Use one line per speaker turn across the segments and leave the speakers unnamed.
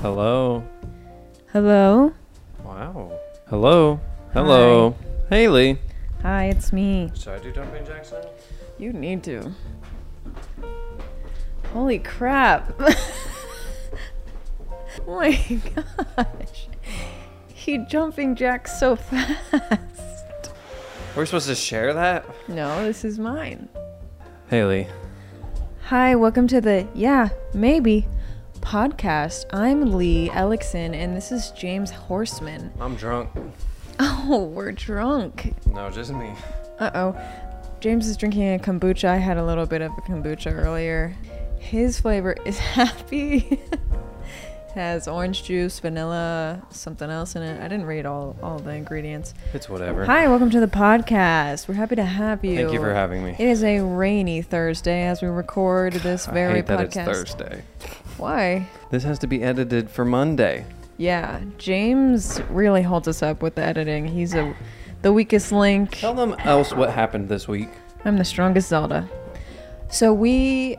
Hello.
Hello.
Wow.
Hello. Hello. Haley.
Hi, it's me.
Should I do Jumping Jacks now?
You need to. Holy crap. oh my gosh. He jumping jacks so fast.
We're supposed to share that?
No, this is mine.
Haley.
Hi, welcome to the Yeah, Maybe podcast. I'm Lee Ellickson and this is James Horseman.
I'm drunk.
Oh, we're drunk.
No, just me.
Uh oh. James is drinking a kombucha. I had a little bit of a kombucha earlier. His flavor is happy. It Has orange juice, vanilla, something else in it. I didn't read all, all the ingredients.
It's whatever.
Hi, welcome to the podcast. We're happy to have you.
Thank you for having me.
It is a rainy Thursday as we record this very
I hate that
podcast.
it's Thursday.
Why?
This has to be edited for Monday.
Yeah, James really holds us up with the editing. He's a the weakest link.
Tell them else what happened this week.
I'm the strongest Zelda. So we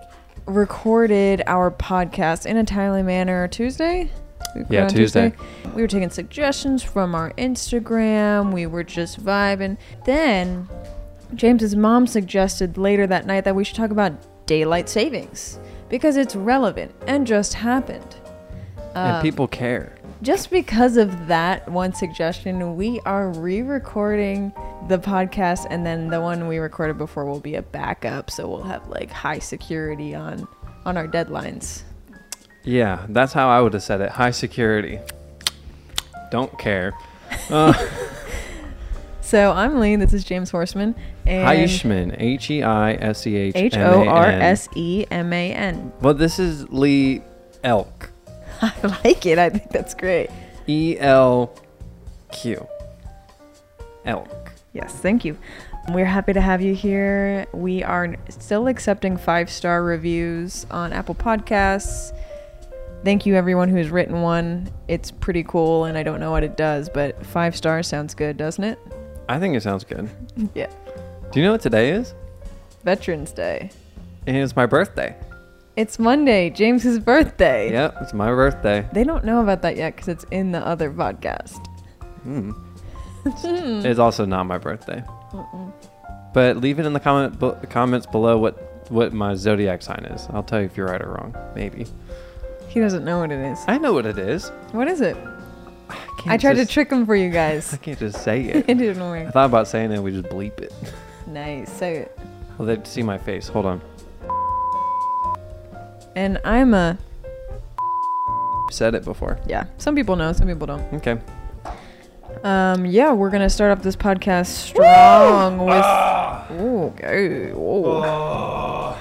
recorded our podcast in a timely manner Tuesday. We recorded
Yeah,
on
Tuesday.
We were taking suggestions from our Instagram. We were just vibing. Then James's mom suggested later that night that we should talk about daylight savings because it's relevant and just happened. Um,
and people care.
Just because of that one suggestion, we are re recording the podcast, and then the one we recorded before will be a backup. So we'll have like high security on, on our deadlines.
Yeah, that's how I would have said it. High security. Don't care. Uh,
So I'm Lee. This is James Horseman. And
Heishman. H E I S E H
H
M A
O
N.
R S E M A N.
Well, this is Lee Elk.
I like it. I think that's great.
E L Q. Elk.
Yes, thank you. We're happy to have you here. We are still accepting five star reviews on Apple Podcasts. Thank you, everyone who's written one. It's pretty cool, and I don't know what it does, but five stars sounds good, doesn't it?
I think it sounds good.
Yeah.
Do you know what today is?
Veterans Day.
And it's my birthday.
It's Monday, James's birthday.
Yep, it's my birthday.
They don't know about that yet because it's in the other podcast.
Hmm.
Hmm.
It's also not my birthday. Uh-uh. But leave it in the comment b- comments below what what my zodiac sign is. I'll tell you if you're right or wrong. Maybe.
He doesn't know what it is.
I know what it is.
What is it?
I,
I tried
just,
to trick him for you
I
guys.
can't just say
it
it.
didn't
I
work.
thought about saying it. We just bleep it.
Nice. Say it.
Well, they'd see my face. Hold on.
And I'm a.
Said it before.
Yeah, some people know, some people don't.
Okay.
Um, yeah, we're gonna start off this podcast strong with.
Ah!
Ooh, go. whoa.
Oh.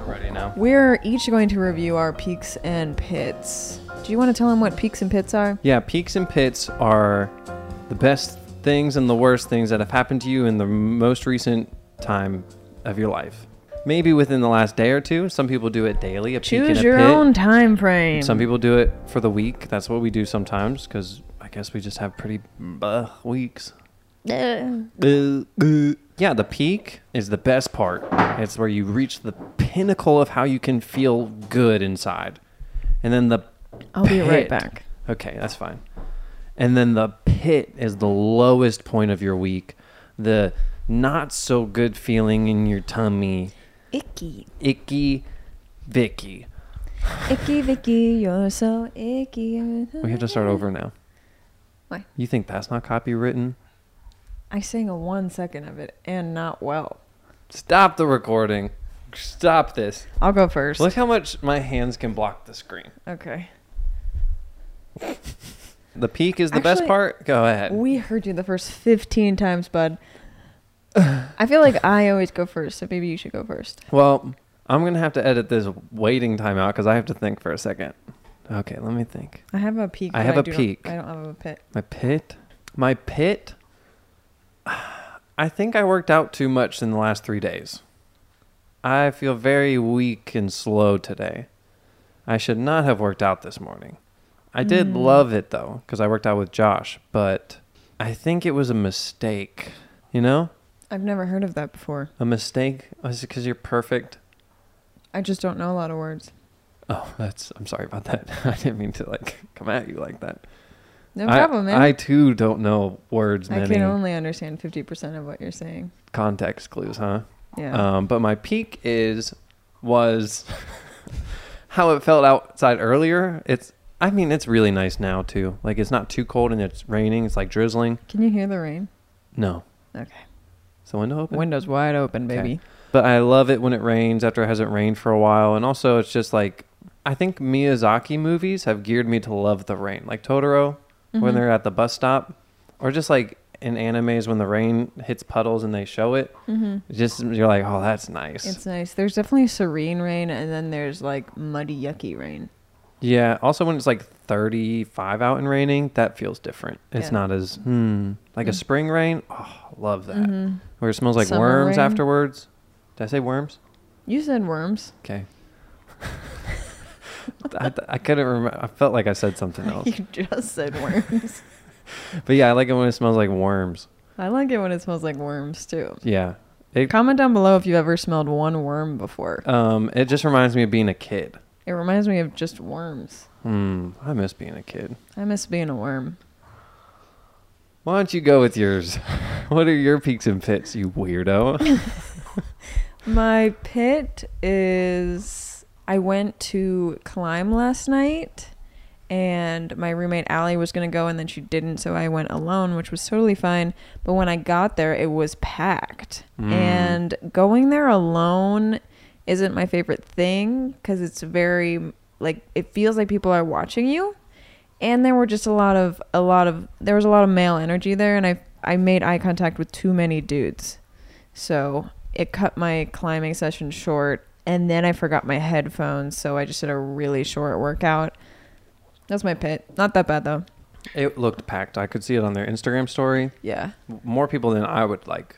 I'm ready now.
We're each going to review our peaks and pits. Do you want to tell them what peaks and pits are?
Yeah, peaks and pits are the best things and the worst things that have happened to you in the most recent time of your life. Maybe within the last day or two. Some people do it daily. A peak and
Choose
a
your
pit.
own time frame.
Some people do it for the week. That's what we do sometimes because I guess we just have pretty uh, weeks. Uh, uh. Yeah, the peak is the best part. It's where you reach the pinnacle of how you can feel good inside. And then the
I'll be right
pit-
back.
Okay, that's fine. And then the pit is the lowest point of your week. The not so good feeling in your tummy.
Icky,
Icky Vicky.
icky, Vicky, you're so icky.
We have to start over now.
Why?
You think that's not copywritten?
I sang a one second of it and not well.
Stop the recording. Stop this.
I'll go first.
Look how much my hands can block the screen.
Okay.
The peak is the best
Actually-
part. Go ahead.
We heard you the first 15 times, bud. I feel like I always go first, so maybe you should go first.
well, I'm going to have to edit this waiting time out because I have to think for a second. Okay, let me think.
I have a peak.
I
but
have a
do
peak.
Not, I don't have a pit.
My pit? My pit? I think I worked out too much in the last three days. I feel very weak and slow today. I should not have worked out this morning. I did
Mm.
love it though, because I worked out with Josh, but I think it was a mistake. You know?
I've never heard of that before.
A mistake? Is it because you're perfect?
I just don't know a lot of words.
Oh, that's. I'm sorry about that. I didn't mean to like come at you like that.
No
I-
problem, man.
I too don't know words and
I
any
can only understand 50% of what you're saying.
context clues, huh?
Yeah.
Um, but my peak is was how it felt outside earlier. It's. I mean, it's really nice now too. Like it's not too cold and it's raining. It's like drizzling.
Can you hear the rain?
No.
Okay.
Is the window open?
Windows wide open,
Okay.
baby.
But I love it when it rains after it hasn't rained for a while. And also, it's just like, I think Miyazaki movies have geared me to love the rain. Like Totoro, when
Mhm.
they're at the bus stop, or just like in animes when the rain hits puddles and they show it.
Mhm.
It's Just you're like, oh, that's nice.
It's nice. There's definitely serene rain, and then there's like muddy, yucky rain.
yeah. Also, when it's like 35 out and raining, that feels different. It's
Yeah.
not as, hmm, like a
Mm.
spring rain. Oh, love that.
Mhm.
Where it smells like
Summer
worms
rain.
afterwards. Did I say worms?
You said worms.
Okay. I, I couldn't remember. I felt like I said something else.
You just said worms.
But yeah, I like it when it smells like worms.
I like it when it smells like worms too.
Yeah. It,
Comment down below if you've ever smelled one worm before.
um, it just reminds me of being a kid.
It reminds me of just worms.
Hmm. I miss being a kid.
I miss being a worm.
Why don't you go with yours? what are your peaks and pits, you weirdo?
My pit is I went to climb last night and my roommate Allie was going to go and then she didn't so I went alone which was totally fine but when I got there it was packed
Mm.
and going there alone isn't my favorite thing cuz it's very like it feels like people are watching you and there were just a lot of a lot of there was a lot of male energy there and I I made eye contact with too many dudes so it cut my climbing session short. And then I forgot my headphones. So I just did a really short workout. That's my pit. Not that bad, though.
it looked packed. I could see it on their Instagram story.
Yeah.
More people than I would like.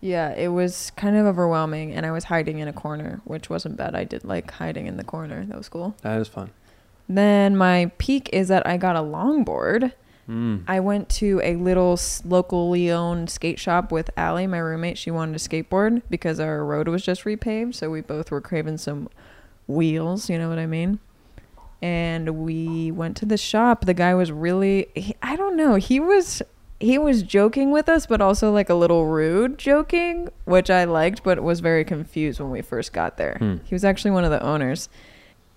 Yeah. It was kind of overwhelming. And I was hiding in a corner, which wasn't bad. I did like hiding in the corner. That was cool.
That is fun.
Then my peak is that I got a longboard.
Mm.
I went to a little s- locally owned skate shop with Allie, my roommate. She wanted a skateboard because our road was just repaved, so we both were craving some wheels. You know what I mean? And we went to the shop. The guy was really, he, I don't know, he was he was joking with us, but also like a little rude joking, which I liked, but was very confused when we first got there.
Hmm.
He was actually one of the owners.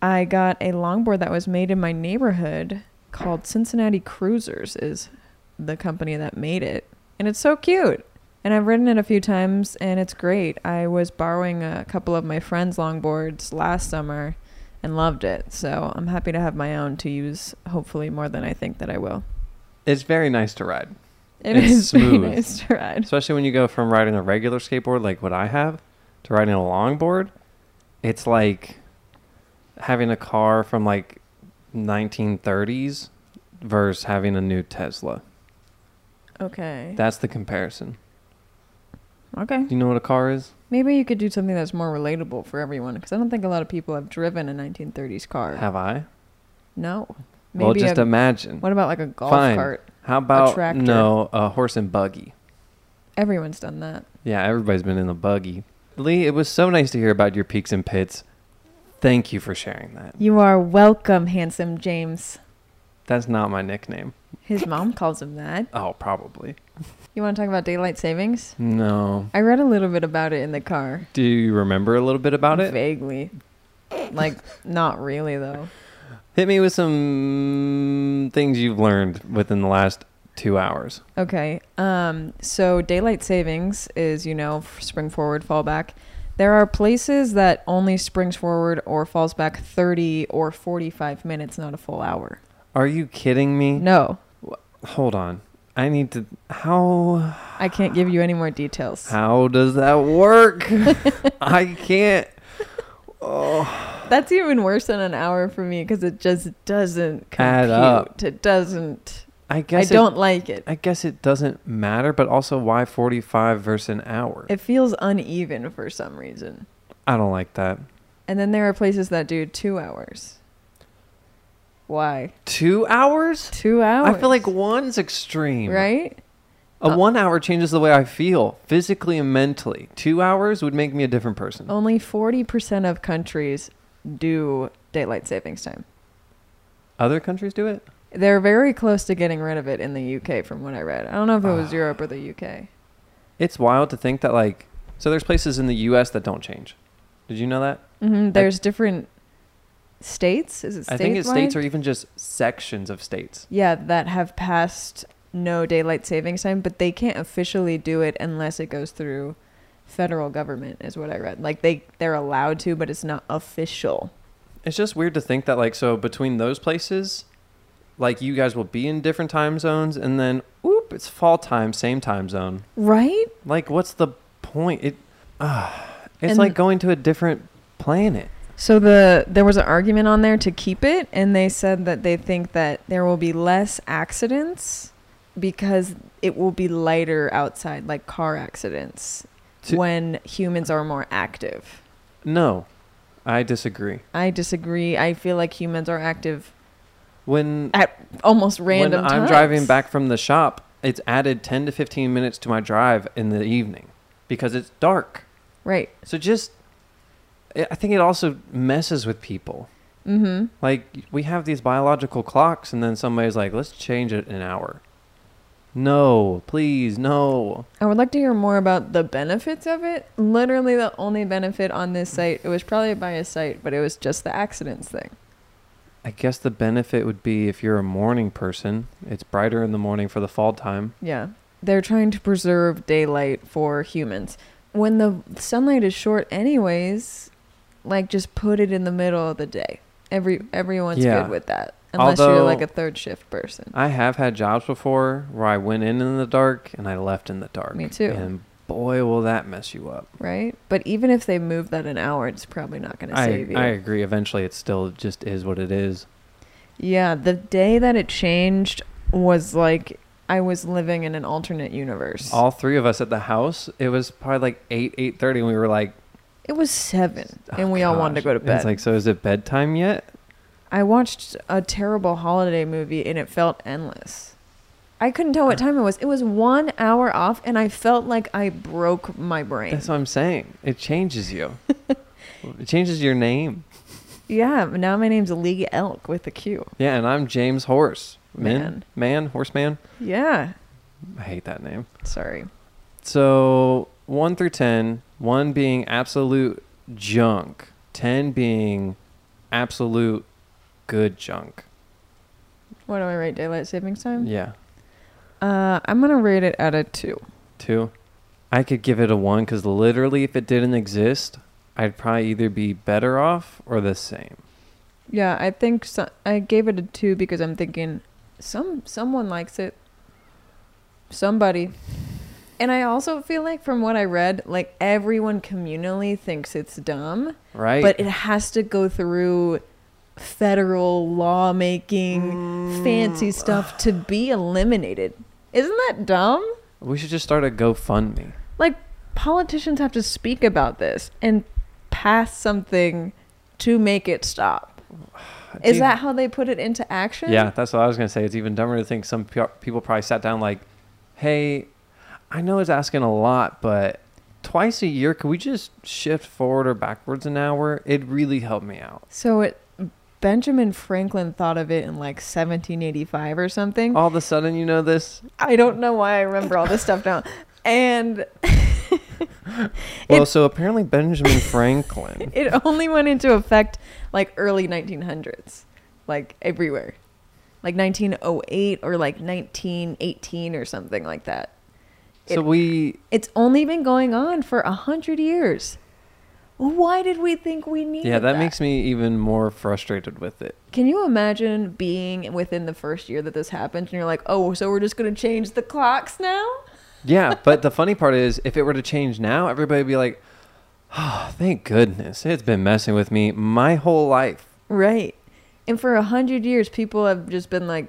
I got a longboard that was made in my neighborhood called Cincinnati Cruisers is the company that made it. And it's so cute. And I've ridden it a few times and it's great. I was borrowing a couple of my friends' longboards last summer and loved it. So I'm happy to have my own to use hopefully more than I think that I will.
It's very nice to ride,
It
It's
is
smooth.
very nice to ride.
especially when you go from riding a regular skateboard like what I have to riding a longboard. It's like having a car from like 1930s versus having a new Tesla.
Okay.
That's the comparison.
Okay.
Do you know what a car is?
Maybe you could do something that's more relatable for everyone because I don't think a lot of people have driven a 1930s car.
Have I?
No.
well,
Maybe
just
a,
imagine.
what about like a golf
Fine.
cart?
How about
tractor.
no a horse and buggy?
Everyone's done that.
Yeah, everybody's been in a buggy. Lee, it was so nice to hear about your peaks and pits. Thank you for sharing that.
You are welcome, handsome James.
That's not my nickname.
His mom calls him that.
Oh, probably.
You want to talk about daylight savings?
No.
I read a little bit about it in the car.
Do you remember a little bit about it?
Vaguely. Like, not really, though.
Hit me with some things you've learned within the last two hours.
Okay. Um, so daylight savings is, you know, f- spring forward, fall back. There are places that only springs forward or falls back 30 or 45 minutes, not a full hour.
Are you kidding me?
No,
Hold on. I need to. How
I can't give you any more details.
how does that work? I can't. Oh,
That's even worse than an hour for me because it just doesn't compute.
Add up.
It doesn't.
I guess
I
it-
don't like it.
I guess it doesn't matter. But also, why forty-five versus an hour?
It feels uneven for some reason.
I don't like that.
And then there are places that do two hours. Why?
Two hours?
Two hours.
I feel like one's extreme.
right.
A
Uh,
one hour changes the way I feel
Oh.
physically and mentally. Two hours would make me a different person.
Only forty percent of countries do daylight savings time.
Other countries do it?
They're very close to getting rid of it in the UK, from what I read. I don't know if it was
Ah.
Europe or the UK.
It's wild to think that like so there's places in the US that don't change. Did you know that?
hmm There's different states. Is it?
I think it's states
statewide?
or even just sections of states.
yeah that have passed no daylight savings time, but they can't officially do it unless it goes through federal government, is what I read. Like they they're allowed to, but it's not official.
It's just weird to think that like so between those places like you guys will be in different time zones and then oop it's fall time, same time zone.
Right?
Like what's the point? It uh, it's
And-
like going to a different planet.
So the there was an argument on there to keep it, and they said that they think that there will be less accidents because it will be lighter outside, like car accidents,
To-
when humans are more active.
No. I disagree.
I disagree. I feel like humans are active
When
almost random
when I'm
times.
driving back from the shop, it's added 10 to 15 minutes to my drive in the evening because it's dark.
Right.
So just I I think it also messes with people.
Mm-hmm.
Like we have these biological clocks and then somebody's like, "Let's change it an hour." No, please, no.
I would like to hear more about the benefits of it. Literally, the only benefit on this site, it was probably by a site, but it was just the accidents thing.
I guess the benefit would be if you're a morning person, it's brighter in the morning for the fall time.
Yeah. They're trying to preserve daylight for humans. When the sunlight is short anyways, like just put it in the middle of the day. Every everyone's
Yeah.
good with that. Unless you're
Although-
like a third shift person.
I have had jobs before where I went in in the dark and I left in the dark.
Me too.
And boy, will that mess you up.
Right? But even if they move that an hour, it's probably not gonna
I,
save you.
I agree. Eventually, it still just is what it is.
Yeah, the day that it changed was like I was living in an alternate universe.
All three of us at the house. It was probably like eight, eight thirty, and we were like,
it was seven,
oh,
and we all wanted to
gosh.
go to
And
bed.
It's like, so is it bedtime yet?
I watched a terrible holiday movie, and it felt endless. I couldn't tell
Uh.
what time it was. It was one hour off, and I felt like I broke my brain.
That's what I'm saying. It changes you. it changes your name.
yeah, now my name's Lee Elk with a Q.
Yeah, and I'm James Horse.
Man.
Man, man, horseman.
Yeah,
I hate that name.
sorry.
So one through ten, one being absolute junk, ten being absolute good junk.
What do I rate daylight savings time?
Yeah.
Uh, I'm gonna rate it at a two.
Two. I could give it a one because literally, if it didn't exist, I'd probably either be better off or the same.
Yeah, I think so- I gave it a two because I'm thinking some someone likes it, somebody, and I also feel like from what I read, like everyone communally thinks it's dumb,
Right?
but it has to go through federal lawmaking,
Mm.
fancy stuff to be eliminated. Isn't that dumb?
we should just start a GoFundMe.
Like politicians have to speak about this and pass something to make it stop. Is
Dude.
that how they put it into action?
Yeah, that's what I was going to say. It's even dumber to think some pe- people probably sat down like, hey, I know it's asking a lot, but twice a year, could we just shift forward or backwards an hour? It'd really help me out.
So it Benjamin Franklin thought of it in like 1785 or something.
All of a sudden, you know this?
I don't know why I remember all this stuff now. And
Well, so apparently Benjamin Franklin.
it only went into effect like early 1900s, like everywhere. Like 1908 or like 1918 or something like that.
so we
It's only been going on for a 100 years. Why did we think we needed
Yeah, that, makes me even more frustrated with it.
Can you imagine being within the first year that this happened and you're like, oh, so we're just going to change the clocks now?
Yeah, but the funny part is, if it were to change now, everybody would be like, oh, thank goodness. It's been messing with me my whole life.
Right. And for a hundred years, people have just been like,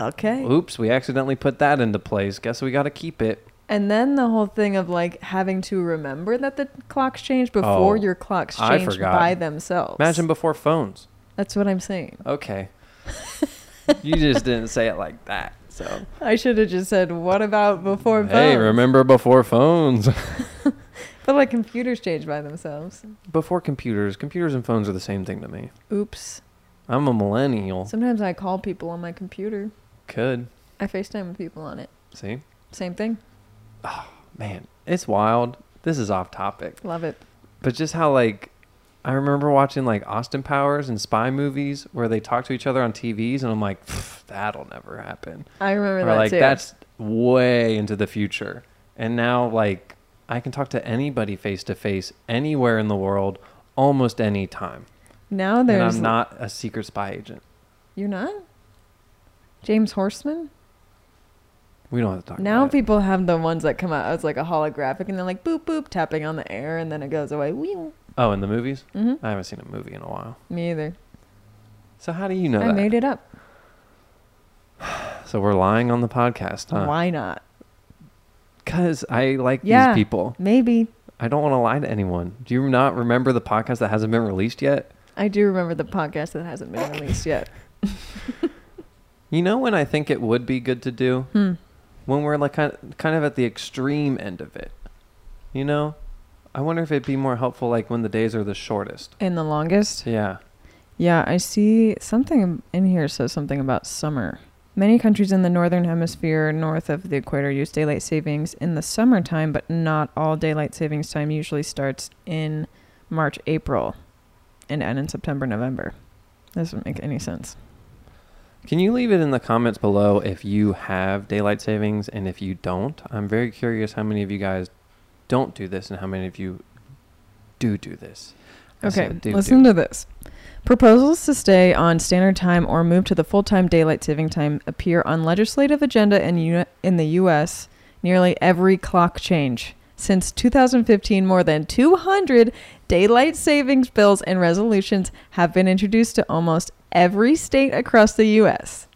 okay.
Oops, we accidentally put that into place. Guess we got to keep it.
And then the whole thing of like having to remember that the clocks changed before
Oh,
your clocks
I
changed
forgot.
by themselves.
Imagine before phones.
That's what I'm saying.
Okay. you just didn't say it like that. So,
I should have just said, what about before
hey,
phones?"
remember before phones?
But like computers change by themselves.
Before computers, computers and phones are the same thing to me.
Oops.
I'm a millennial.
Sometimes I call people on my computer.
Could
I FaceTime with people on it.
see,
Same thing.
man, it's wild. This is off topic,
Love it.
but just how like I remember watching like Austin Powers and spy movies where they talk to each other on TVs, and I'm like, "Pff, that'll never happen.
I remember
Or
that
like
too.
that's way into the future. And now like I can talk to anybody face to face anywhere in the world, almost any time.
now
and
there's
I'm not a secret spy agent.
You're not? James Horseman?
We don't have to talk
Now
about it.
people have the ones that come out as like a holographic and they're like boop boop tapping on the air and then it goes away. Wee.
Oh, in the movies?
hmm
I haven't seen a movie in a while.
Me either.
So how do you know
I
that?
made it up.
So we're lying on the podcast, huh?
Why not?
Because I like
Yeah.
these people.
Maybe.
I don't want to lie to anyone. Do you not remember the podcast that hasn't been released yet?
I do remember the podcast that hasn't been released yet.
You know when I think it would be good to do?
Hmm.
When we're like kind of, kind of at the extreme end of it. You know? I wonder if it'd be more helpful like when the days are the shortest.
In the longest?
Yeah.
Yeah, I see something in here says something about summer. Many countries in the northern hemisphere north of the equator use daylight savings in the summertime, but not all daylight savings time usually starts in March, April, and end in September, November. Doesn't make any sense.
Can you leave it in the comments below if you have daylight savings and if you don't? I'm very curious how many of you guys don't do this and how many of you do do this. I
Okay,
said do
listen
do.
to this. Proposals to stay on standard time or move to the full time daylight saving time appear on legislative agenda in, U- in the U.S. nearly every clock change. Since 2015, more than 200 daylight savings bills and resolutions have been introduced to almost every state across the U.S.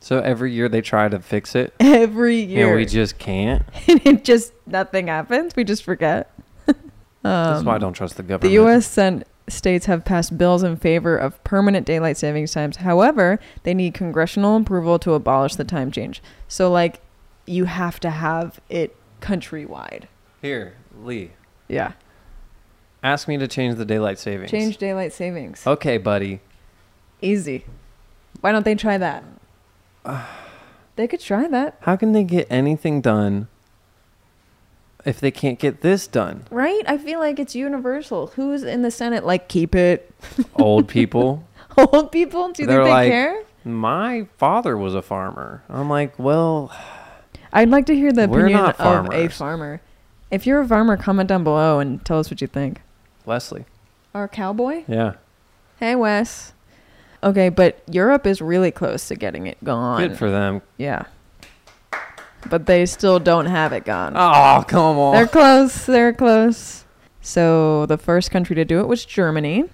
So every year they try to fix it
Every year.
and we just can't.
and it just, nothing happens. We just forget.
That's why I
Um,
don't trust the
The
government.
U.S. sent states have passed bills in favor of permanent daylight savings times. However, they need congressional approval to abolish the time change. So, like, you have to have it countrywide.
Here, Lee,
Yeah.
ask me to change the daylight savings.
Change daylight savings.
Okay, buddy.
Easy. Why don't they try that? they could try that,
How can they get anything done if they can't get this done?
right? I feel like it's universal. Who's in the Senate? Like, keep it.
Old people.
Old people? Do you
They're
think they
like-
care?
My father was a farmer. I'm like, well,
I'd like to hear the
We're
opinion
not
of a
farmers.
farmer. If you're a farmer, comment down below and tell us what you think.
Leslie.
Or a cowboy?
Yeah.
Hey, Wes. Okay, but Europe is really close to getting it gone.
Good for them.
yeah. But they still don't have it gone.
Oh, come on.
They're close. They're close. So the first country to do it was Germany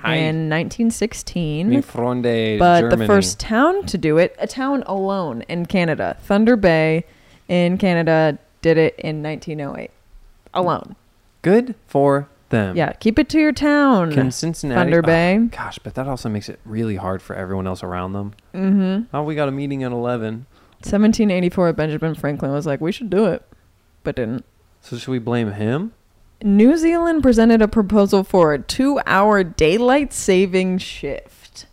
Hi.
in 1916.
Mi fronde,
but
Germany.
the first town to do it, a town alone in Canada, Thunder Bay in Canada, did it in 1908. Alone.
Good for them.
Yeah, keep it to your town.
Can Um, Cincinnati.
Thunder
oh,
Bay.
gosh, but that also makes it really hard for everyone else around them.
mm-hmm.
Oh, we got a meeting at 11.
1784, Benjamin Franklin was like, we should do it, but didn't.
So should we blame him?
New Zealand presented a proposal for a two hour daylight saving shift.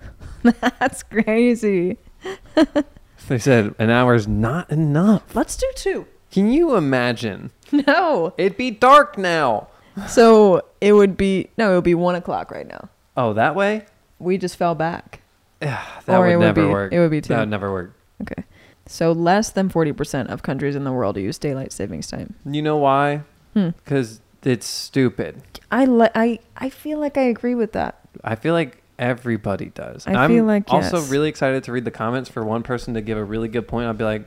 That's crazy.
They said an hour is not enough.
Let's do two.
Can you imagine?
No.
It'd be dark now.
So it would be, no, it would be one o'clock right now.
Oh, that way?
We just fell back.
Yeah, that
Or
would
it would
never
be-
work.
it would be two.
That would never work.
Okay. So less than 40% of countries in the world use daylight savings time.
You know why?
Hmm.
Because it's stupid.
I, li- I, I feel like I agree with that.
I feel like everybody does.
I
am
feel like
also
yes.
really excited to read the comments for one person to give a really good point. I'll be like,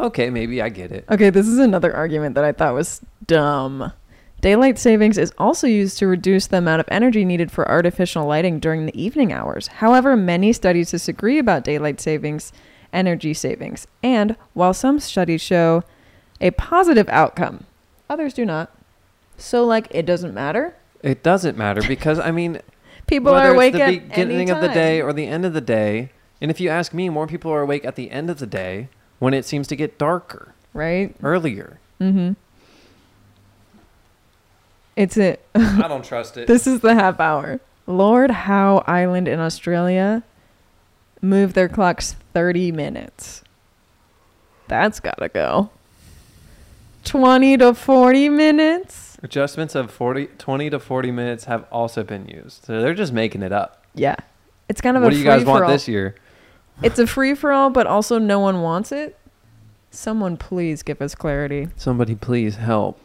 okay, maybe I get it.
Okay, this is another argument that I thought was dumb. Daylight savings is also used to reduce the amount of energy needed for artificial lighting during the evening hours. However, many studies disagree about daylight savings, energy savings, and while some studies show a positive outcome, others do not. So, like, it doesn't matter.
It doesn't matter because I mean,
People
whether
are awake
it's the
at
beginning
any
of the day
time.
or the end of the day, and if you ask me, more people are awake at the end of the day when it seems to get darker
right?
earlier.
Mm-hmm. It's it.
I don't trust it.
This is the half hour. Lord Howe Island in Australia moved their clocks 30 minutes. That's gotta go. 20 to 40 minutes?
Adjustments of 40, 20 to 40 minutes have also been used. So they're just making it up.
Yeah. It's kind of
what
a
do you guys
free-for-all.
want this year?
It's a free for all, but also no one wants it. Someone please give us clarity.
Somebody please help.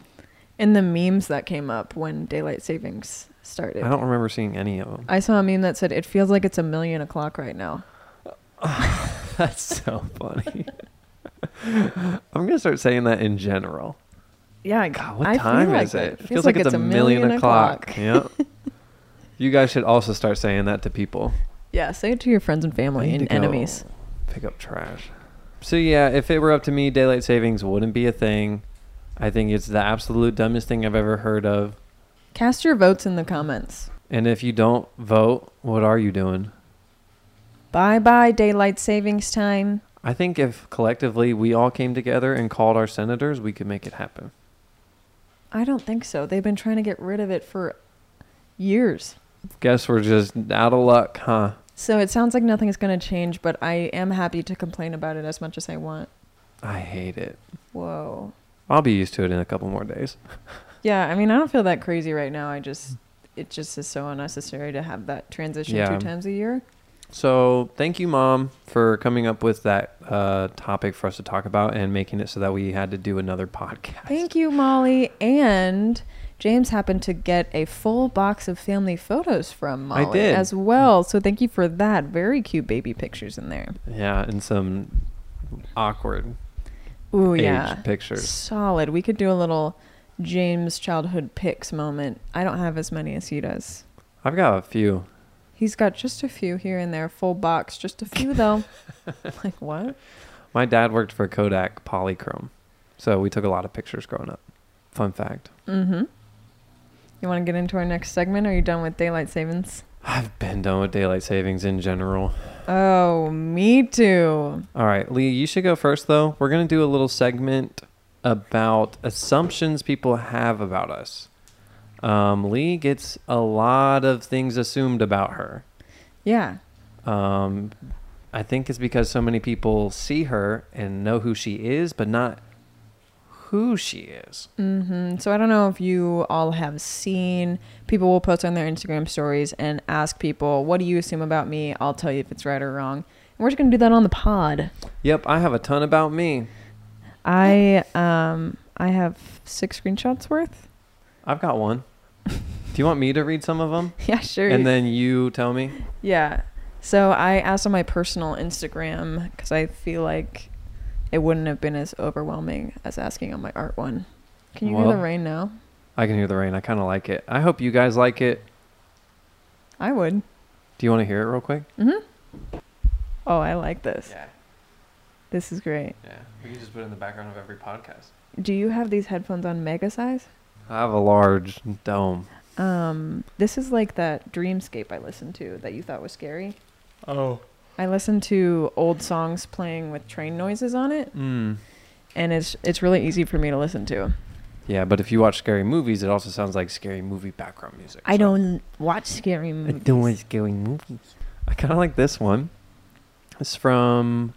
And the memes that came up when daylight savings started.
I don't remember seeing any of them.
I saw a meme that said, It feels like it's a million o'clock right now.
That's so funny. I'm going to start saying that in general.
Yeah, I
God, what
I feel
time
like
is it? It feels, like, it's, a
million
million, o'clock.
o'clock.
yeah. You guys should also start saying that to people.
Yeah, say it to your friends and
I
family
need to
and
go
enemies.
Pick up trash. So yeah, if it were up to me, daylight savings wouldn't be a thing. I think it's the absolute dumbest thing I've ever heard of.
Cast your votes in the comments.
And if you don't vote, what are you doing?
Bye bye, daylight savings time.
I think if collectively we all came together and called our senators, we could make it happen.
I don't think so. They've been trying to get rid of it for years.
Guess we're just out of luck, huh?
So it sounds like nothing is going to change, but I am happy to complain about it as much as I want.
I hate it.
Whoa.
I'll be used to it in a couple more days.
Yeah, I mean, I don't feel that crazy right now. I just, it just is so unnecessary to have that transition
Yeah.
two times a year.
So thank you, mom, for coming up with that uh, topic for us to talk about and making it so that we had to do another podcast.
Thank you, Molly. And James happened to get a full box of family photos from
I
Molly
did.
as well. So thank you for that. Very cute baby pictures in there.
Yeah, and some awkward
Ooh,
age
Oh, yeah.
pictures.
Solid. We could do a little James childhood pics moment. I don't have as many as he does.
I've got a few.
He's got just a few here and there, full box, just a few though. like what?
My dad worked for Kodak Polychrome, so we took a lot of pictures growing up. Fun fact.
Mm-hmm. You want to get into our next segment? Or are you done with daylight savings?
I've been done with daylight savings in general.
Oh, me too.
All right, Lee, you should go first though. We're going to do a little segment about assumptions people have about us. Um, Lee gets a lot of things assumed about her.
Yeah.
Um, I think it's because so many people see her and know who she is, but not who she is.
hmm So I don't know if you all have seen people will post on their Instagram stories and ask people, "What do you assume about me?" I'll tell you if it's right or wrong. And we're just gonna do that on the pod.
Yep, I have a ton about me.
I um I have six screenshots worth.
I've got one. Do you want me to read some of them?
Yeah, sure.
And then you tell me?
yeah. So I asked on my personal Instagram because I feel like it wouldn't have been as overwhelming as asking on my art one. Can you hear
Well-
the rain now?
I can hear the rain. I kind of like it. I hope you guys like it.
I would.
Do you want to hear it real quick?
Oh, I like this.
Yeah,
This is great.
yeah. We can just put it in the background of every podcast.
Do you have these headphones on mega size?
I have a large dome.
Um, this is like that dreamscape I listened to that you thought was scary.
Oh.
I listened to old songs playing with train noises on it,
Mm.
and it's it's really easy for me to listen to.
Yeah, but if you watch scary movies, it also sounds like scary movie background music.
I
so-
don't watch scary
I
movies.
don't like scary movies. I kind of like this one. It's from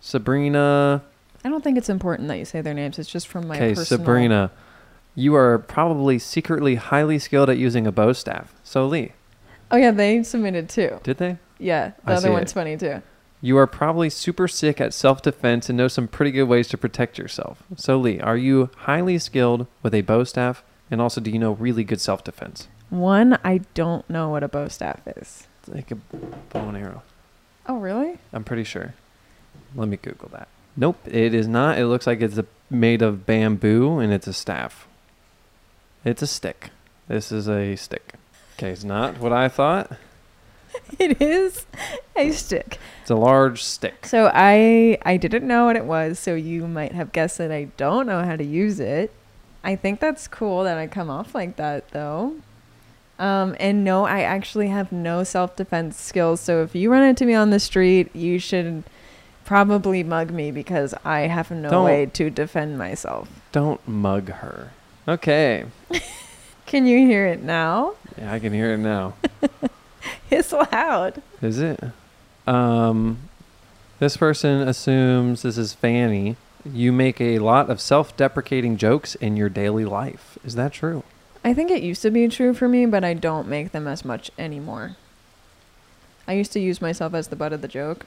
Sabrina.
I don't think it's important that you say their names. It's just from my
Okay,
personal.
Sabrina, you are probably secretly highly skilled at using a bow staff. So Lee,
Oh yeah, they submitted too.
did they?
Yeah, the
I see
other one's
it.
funny too.
You are probably super sick at self-defense and know some pretty good ways to protect yourself. So Lee, are you highly skilled with a bow staff? And also, do you know really good self-defense?
One, I don't know what a bow staff is.
It's like a bow and arrow.
Oh really?
I'm pretty sure. Let me Google that. Nope, it is not. It looks like it's a, made of bamboo and it's a staff. It's a stick. This is a stick. Okay, it's not what I thought.
It is a stick.
It's a large stick.
So I I didn't know what it was, so you might have guessed that I don't know how to use it. I think that's cool that I come off like that though. Um, and no, I actually have no self defense skills. So if you run into me on the street, you should probably mug me because I have no
Don't.
way to defend myself.
Don't mug her. Okay.
Can you hear it now?
Yeah, I can hear it now.
It's loud.
Is it? Um, this person assumes this is Fanny. You make a lot of self-deprecating jokes in your daily life. Is that true?
I think it used to be true for me, but I don't make them as much anymore. I used to use myself as the butt of the joke,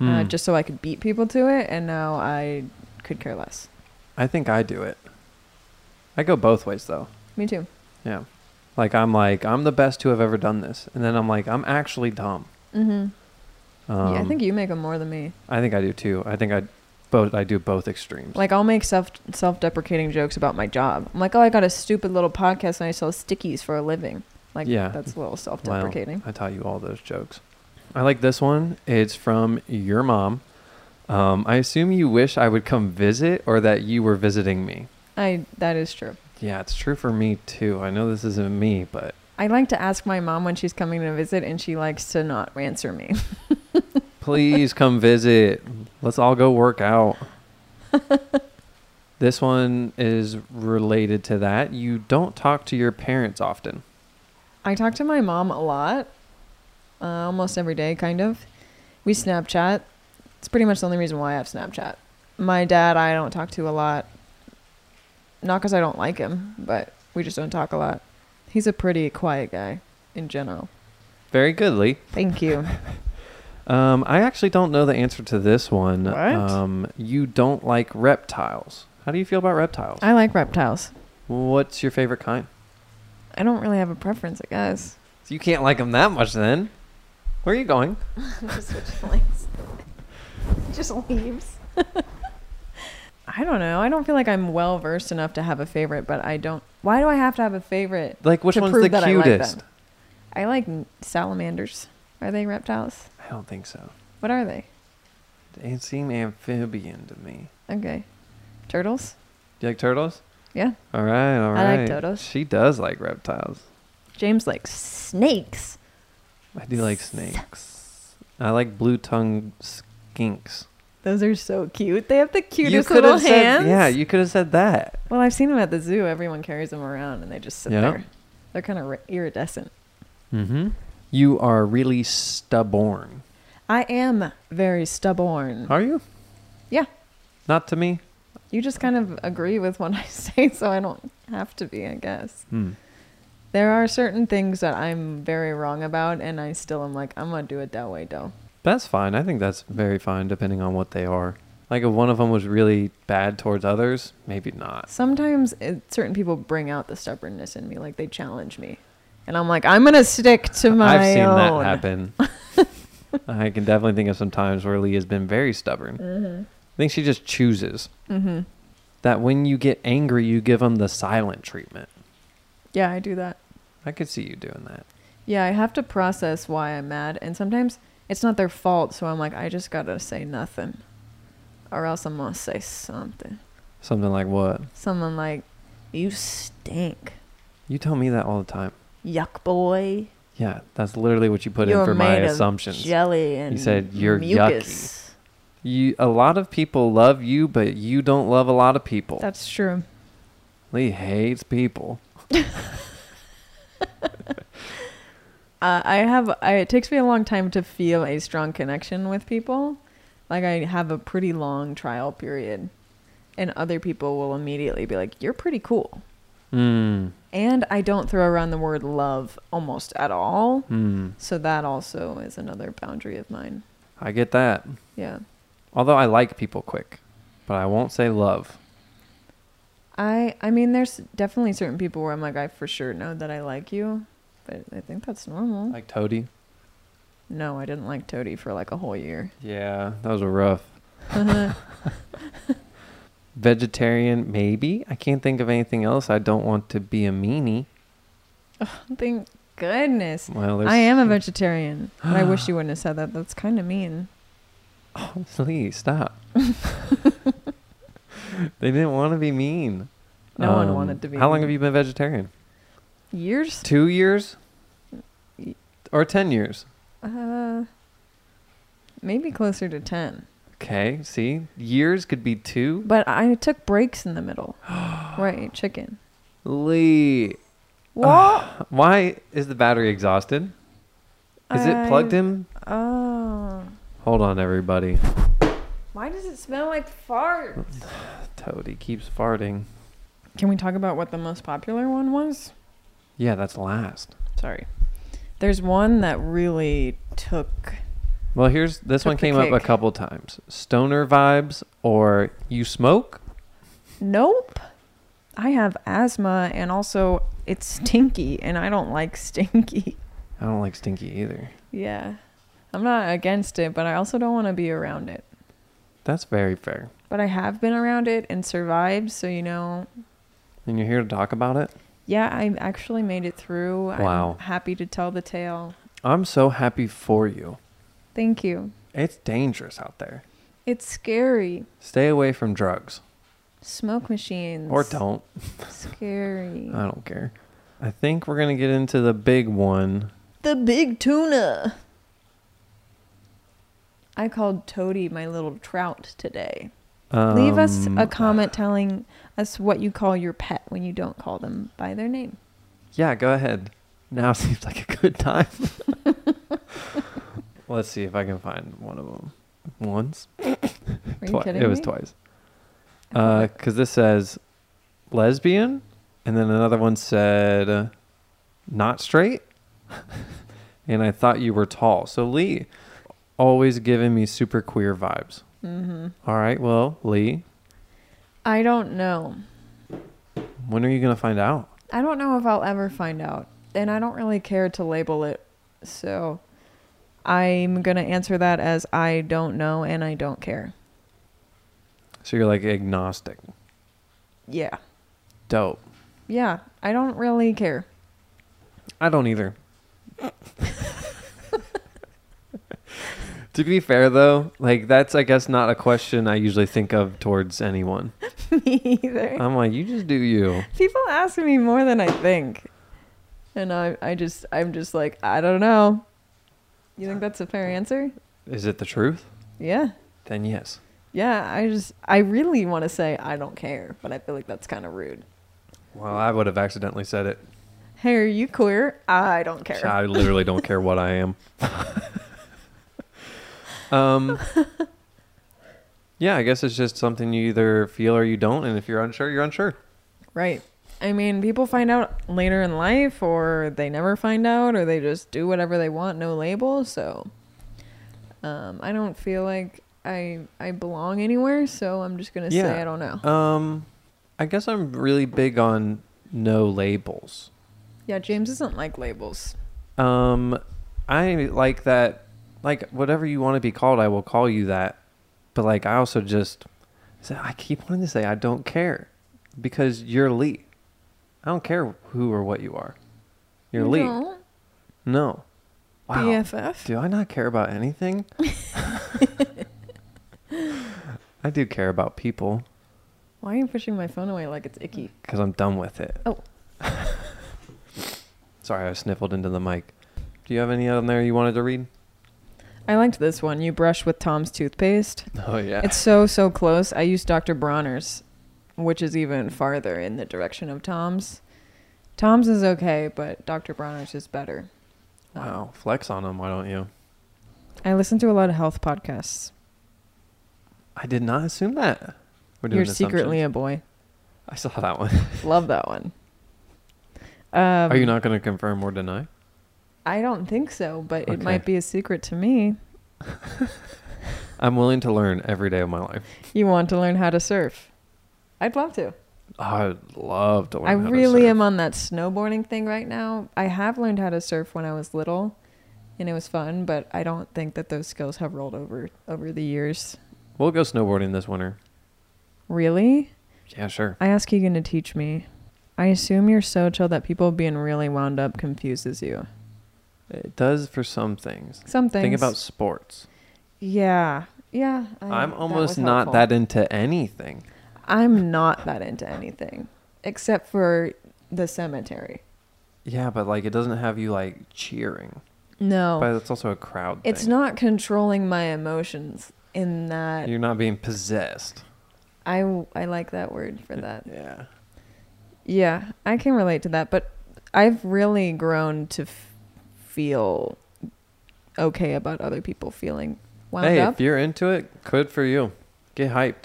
uh,
Hmm.
just so I could beat people to it, and now I could care less.
I think I do it. I go both ways though.
Me too.
Yeah. Like I'm like I'm the best to have ever done this, and then I'm like I'm actually dumb.
Mm-hmm.
Um,
yeah, I think you make them more than me.
I think I do too. I think I both I do both extremes.
Like I'll make self self deprecating jokes about my job. I'm like, oh, I got a stupid little podcast and I sell stickies for a living. Like,
Yeah.
that's a little self deprecating.
I taught you all those jokes. I like this one. It's from your mom. Um, I assume you wish I would come visit or that you were visiting me.
I that is true.
Yeah, it's true for me too. I know this isn't me, but
I like to ask my mom when she's coming to visit, and she likes to not answer me.
please come visit. Let's all go work out. this one is related to that. You don't talk to your parents often.
I talk to my mom a lot, uh, almost every day, kind of. We Snapchat. It's pretty much the only reason why I have Snapchat. My dad, I don't talk to a lot. Not because I don't like him, but we just don't talk a lot. He's a pretty quiet guy in general.
Very good, Lee.
Thank you.
Um, I actually don't know the answer to this one.
What?
Um, you don't like reptiles. How do you feel about reptiles?
I like reptiles.
What's your favorite kind?
I don't really have a preference, I guess.
You can't like them that much then. Where are you going?
just switching legs. just leaves. I don't know. I don't feel like I'm well versed enough to have a favorite, but I don't. Why do I have to have a favorite?
Like, which
To
one's
prove
the
that I like them.
cutest?
I like n- salamanders. Are they reptiles?
I don't think so.
What are they?
They seem amphibian to me.
Okay. Turtles?
Do you like turtles?
Yeah.
All right, all right.
I like turtles.
She does like reptiles.
James likes snakes.
I do like snakes. I like blue tongued skinks.
Those are so cute. They have the cutest
could
little
have said-
hands.
yeah, you could have said that.
well, I've seen them at the zoo. Everyone carries them around and they just sit
Yeah.
there. They're kind of ri iridescent.
Mm-hmm. You are really stubborn.
I am very stubborn.
Are you?
Yeah.
Not to me.
You just kind of agree with what I say, so I don't have to be, I guess.
Hmm.
There are certain things that I'm very wrong about, and I still am like, I'm going to do it that way, though.
That's fine. I think that's very fine, depending on what they are. Like if one of them was really bad towards others, maybe not.
Sometimes it, certain people bring out the stubbornness in me, like they challenge me. And I'm like, I'm going to stick to my
I've seen
own.
that happen. I can definitely think of some times where Lee has been very stubborn. I think she just chooses
Mm-hmm.
that when you get angry, you give them the silent treatment.
Yeah, I do that.
I could see you doing that.
Yeah, I have to process why I'm mad, and sometimes it's not their fault, so I'm like, I just got to say nothing, or else I'm going to say something.
Something like what?
Someone like, you stink.
You tell me that all the time.
yuck boy.
Yeah, that's literally what you put
You're
in for my
made of
assumptions.
Jelly and
said, "You're
mucus.
You a lot of people love you, but you don't love a lot of people.
That's true.
Lee hates people.
Uh, I have. I, it takes me a long time to feel a strong connection with people. Like I have a pretty long trial period, and other people will immediately be like, "You're pretty cool."
Hmm.
And I don't throw around the word love almost at all.
Hmm.
So that also is another boundary of mine.
I get that.
Yeah.
Although I like people quick, but I won't say love.
I I mean there's definitely certain people where I'm like I for sure know that I like you, but I think that's normal.
Like Toady.
No, I didn't like Toadie for like a whole year.
Yeah, that was a rough. Vegetarian, maybe. I can't think of anything else. I don't want to be a meanie.
Thank goodness.
Well, there's
I am a vegetarian. but I wish you wouldn't have said that. That's kind of mean.
Please stop. they didn't want to be mean.
No one
Um,
wanted to be
How long
mean.
have you been vegetarian?
Years?
Two years,
Y-
or ten years?
Uh, maybe closer to 10.
Okay. See, years could be two.
But I took breaks in the middle where I ate chicken.
Lee, Uh,
What?
Why is the battery exhausted? Is it plugged
I-
in?
Oh.
Hold on, everybody.
Why does it smell like fart?
Toady keeps farting.
Can we talk about what the most popular one was?
Yeah, that's last.
Sorry. There's one that really took.
Well, here's this
Took
one
the
came up a
cake.
couple times. Stoner vibes or you smoke?
Nope. I have asthma and also it's stinky and I don't like stinky.
I don't like stinky either.
Yeah. I'm not against it, but I also don't want to be around it.
That's very fair.
But I have been around it and survived, so you know,
And you're here to talk about it?
yeah, I actually made it through.
Wow.
I'm happy to tell the tale.
I'm so happy for you.
Thank you.
It's dangerous out there.
It's scary.
Stay away from drugs
Smoke machines.
or don't. Uh.
Scary.
I don't care. I think we're going to get into the big one.
the big tuna. I called Toady my little trout today. Leave us a
Um,
comment telling us what you call your pet when you don't call them by their name.
Yeah, go ahead. Now seems like a good time. Let's see if I can find one of them. Once?
Are you
Twi-
kidding
it was
me?
twice.
I love it.
Because this says lesbian, and then another one said uh, not straight, and I thought you were tall. So Lee, always giving me super queer vibes. Mm-hmm. right, well, Lee,
I don't know.
when are you going to find out?
I don't know if I'll ever find out, and I don't really care to label it. So I'm going to answer that as I don't know and I don't care.
So you're like agnostic.
Yeah.
Dope.
Yeah. I don't really care.
I don't either. to be fair though, like that's I guess not a question I usually think of towards anyone.
Me either.
I'm like, you just do you.
People ask me more than I think. And I, I just, I'm just like, I don't know. You think that's a fair answer?
Is it the truth?
Yeah.
Then yes.
Yeah. I just, I really want to say I don't care, but I feel like that's kind of rude.
Well, I would have accidentally said it.
Hey, are you queer? I don't care.
I literally don't care what I am. um Yeah, I guess it's just something you either feel or you don't, and if you're unsure, you're unsure.
Right. I mean, people find out later in life, or they never find out, or they just do whatever they want, no label. So, um, I don't feel like I I belong anywhere. So I'm just gonna
Yeah.
say I don't know.
Um I guess I'm really big on no labels.
Yeah, James doesn't like labels.
Um, I like that. Like whatever you want to be called, I will call you that. But like, I also just say I keep wanting to say I don't care because you're Lee. I don't care who or what you are. You're
You
Lee.
don't?
No. Wow.
BFF.
Do I not care about anything? I do care about people
Why are you pushing my phone away like it's icky?
because I'm done with it.
Oh.
Sorry, I sniffled into the mic. Do you have any on there you wanted to read?
I liked this one. You brush with Tom's toothpaste.
Oh yeah.
It's so so close. I use Dr. Bronner's, which is even farther in the direction of Tom's. Tom's is okay, but Dr. Bronner's is better. Um,
Wow, flex on them, why don't you?
I listen to a lot of health podcasts.
I did not assume that. We're
You're
assumptions.
secretly a boy.
I saw that one.
Love that one. Um,
Are you not going to confirm or deny?
I don't think so, but it
Okay.
might be a secret to me.
I'm willing to learn every day of my life.
You want to learn how to surf? I'd love to.
I'd love to learn.
I
how to
really
surf.
am on that snowboarding thing right now. I have learned how to surf when I was little, and it was fun, but I don't think that those skills have rolled over over the years.
We'll go snowboarding this winter.
Really?
Yeah, sure.
I ask Keegan to teach me. I assume you're so chill that people being really wound up confuses you.
It does for some things. Uh,
Some things.
Think about sports.
Yeah. Yeah. I-
I'm
that
almost
was
not
helpful.
that into anything.
I'm not that into anything except for the cemetery.
Yeah, but like it doesn't have you like cheering.
No.
But Oh. it's also a crowd
it's
thing.
not controlling my emotions in that
You're not being possessed.
I I like that word for that.
Yeah.
Yeah, I can relate to that, but I've really grown to f- feel okay about other people feeling wound
hey,
up.
if you're into it, good for you. Get hyped.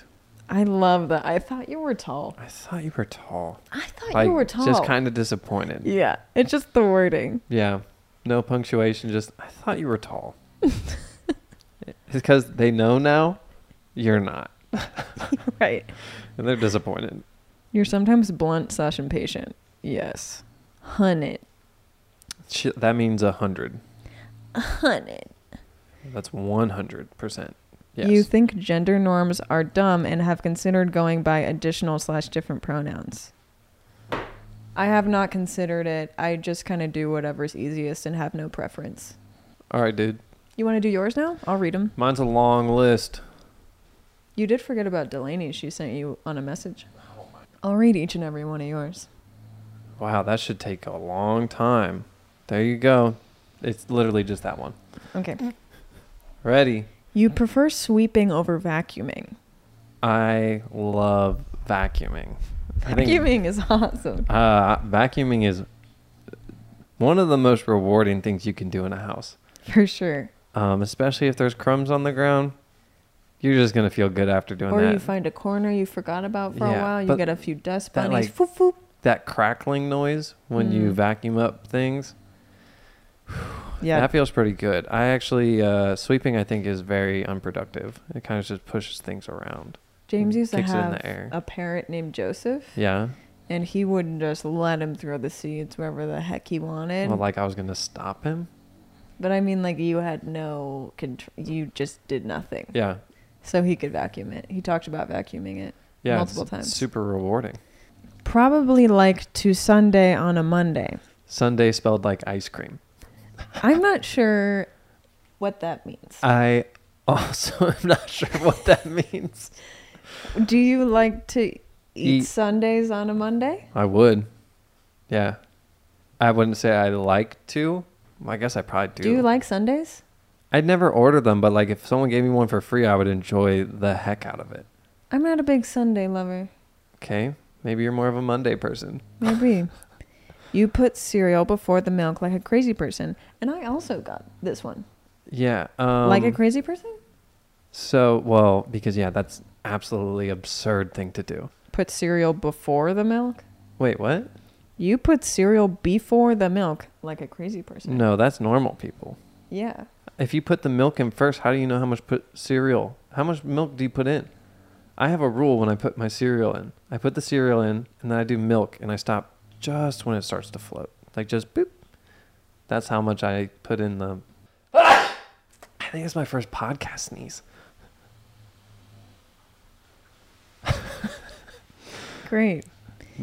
I love that. I thought you were tall.
I thought you were tall.
I thought
Like,
you were tall.
Just kind of disappointed.
yeah, it's just the wording.
Yeah. No punctuation, just I thought you were tall. it's because they know now you're not.
Right.
And they're disappointed.
You're sometimes blunt slash impatient. Yes. Hunted.
Sh- That means a hundred.
Hunted.
That's one hundred percent. Yes.
You think gender norms are dumb and have considered going by additional slash different pronouns. I have not considered it. I just kind of do whatever's easiest and have no preference.
All right, dude.
You want to do yours now? I'll read them.
Mine's a long list.
You did forget about Delaney. She sent you on a message. I'll read each and every one of yours.
Wow, that should take a long time. There you go. It's literally just that one.
Okay.
Ready?
You prefer sweeping over vacuuming.
I love vacuuming. I think-
Vacuuming is awesome.
Uh, vacuuming is one of the most rewarding things you can do in a house,
For sure.
um, especially if there's crumbs on the ground. You're just gonna feel good after doing
Or
that.
you find a corner you forgot about for
Yeah,
a while. You
but
get a few dust
that,
bunnies.
like-
Foop, foop.
that crackling noise when you
Mm.
vacuum up things.
Yeah.
That feels pretty good. I actually uh, sweeping I think is very unproductive. It kind of just pushes things around.
James used to
kicks it in
have
the air.
a parrot named Joseph,
Yeah.
and he wouldn't just let him throw the seeds wherever the heck he wanted.
well, like I was gonna stop him.
but I mean, like you had no control; you just did nothing,
Yeah.
so he could vacuum it. He talked about vacuuming it.
Yeah.
Multiple
it's
times.
Super rewarding.
Probably like to Sunday on a Monday.
Sunday spelled like ice cream.
I'm not sure what that means.
I also am not sure what that means.
Do you like to eat,
Eat.
Sundays on a Monday?
I would. Yeah. I wouldn't say I like to. Well, I guess I probably do.
Do you like Sundays?
I'd never order them, but like if someone gave me one for free, I would enjoy the heck out of it.
I'm not a big Sunday lover.
Okay? Maybe you're more of a Monday person.
Maybe. you put cereal before the milk like a crazy person. And I also got this one.
Yeah. Um,
like a crazy person?
So, well, because yeah, that's absolutely absurd thing to do.
Put cereal before the milk?
Wait, what?
You put cereal before the milk like a crazy person.
No, that's normal people.
Yeah.
If you put the milk in first, how do you know how much put cereal? How much milk do you put in? I have a rule when I put my cereal in. I put the cereal in and then I do milk and I stop just when it starts to float. Like just boop. That's how much I put in the I think it's my first podcast sneeze.
Great.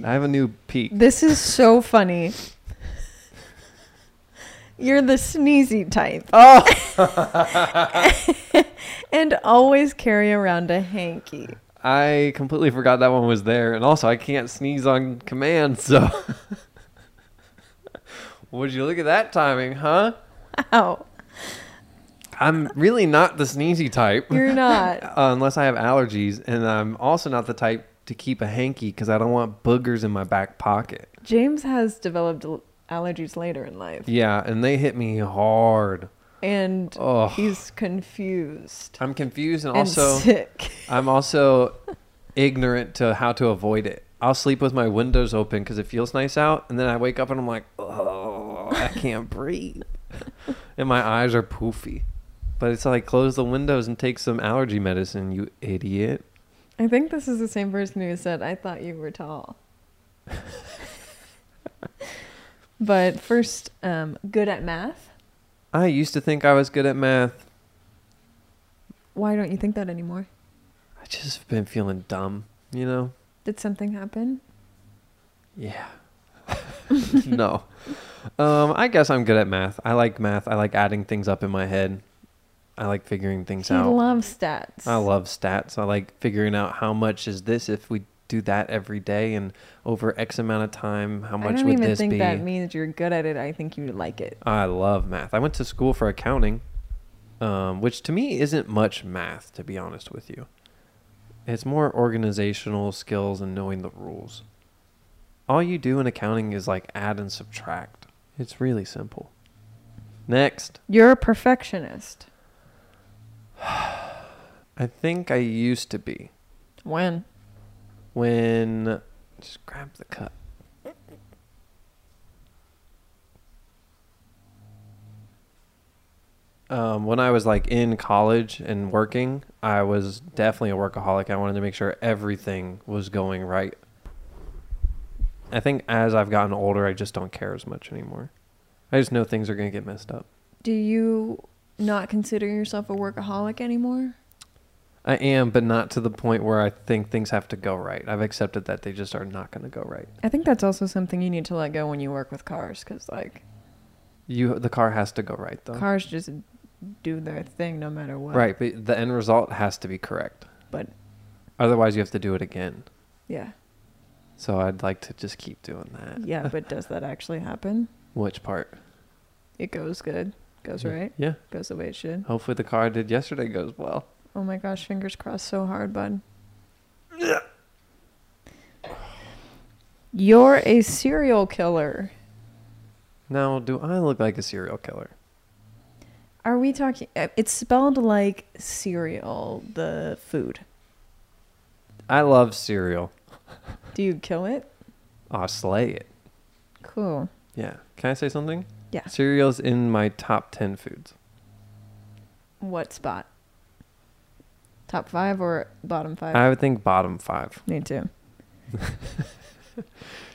I have a new peak.
This is so funny. You're the sneezy type. Oh. and always carry around a hanky.
I completely forgot that one was there, and also I can't sneeze on command, so. Would you look at that timing, huh?
Ow.
I'm really not the sneezy type.
You're not.
Uh, unless I have allergies, and I'm also not the type to keep a hanky because I don't want boogers in my back pocket.
James has developed l- allergies later in life.
Yeah, and they hit me hard.
and
Oh,
he's confused
I'm confused, and
and
also
sick.
I'm also ignorant to how to avoid it. I'll sleep with my windows open because it feels nice out, and then I wake up and I'm like, oh, I can't breathe, and my eyes are poofy. But it's like close the windows and take some allergy medicine, you idiot.
I think this is the same person who said, "I thought you were tall." but first, um, good at math.
I used to think I was good at math.
Why don't you think that anymore?
I just been feeling dumb, you know.
Did something happen?
Yeah. no. Um, I guess I'm good at math. I like math. I like adding things up in my head. I like figuring things
He
out.
loves stats.
I love stats. I like figuring out how much is this if we do that every day and over X amount of time, how
I
much
don't
would
even
this
think
be?
that means you're good at it. I think you like it.
I love math. I went to school for accounting, um, which to me isn't much math, to be honest with you. It's more organizational skills and knowing the rules. All you do in accounting is like add and subtract. It's really simple. Next,
You're a perfectionist.
I think I used to be
When?
when just grab the cup. Um, when I was like in college and working, I was definitely a workaholic. I wanted to make sure everything was going right. I think as I've gotten older, I just don't care as much anymore. I just know things are going to get messed up.
Do you not consider yourself a workaholic anymore?
I am, but not to the point where I think things have to go right. I've accepted that they just are not going to go right.
I think that's also something you need to let go when you work with cars cuz like
You the car has to go right though.
cars just do their thing no matter what.
Right, but the end result has to be correct.
But
Otherwise, you have to do it again.
yeah.
So I'd like to just keep doing that.
Yeah, but does that actually happen?
Which part?
It goes good. Goes
Yeah.
right.
Yeah.
Goes the way it should.
Hopefully, the car I did yesterday goes well.
Oh my gosh, fingers crossed so hard, bud. You're a serial killer.
Now, do I look like a serial killer?
Are we talking? uh, It's spelled like cereal, the food.
I love cereal.
Do you kill it?
I slay it.
Cool.
Yeah. Can I say something?
Yeah.
Cereal's in my top ten foods.
What spot? Top five or bottom five?
I would think bottom five.
Me too.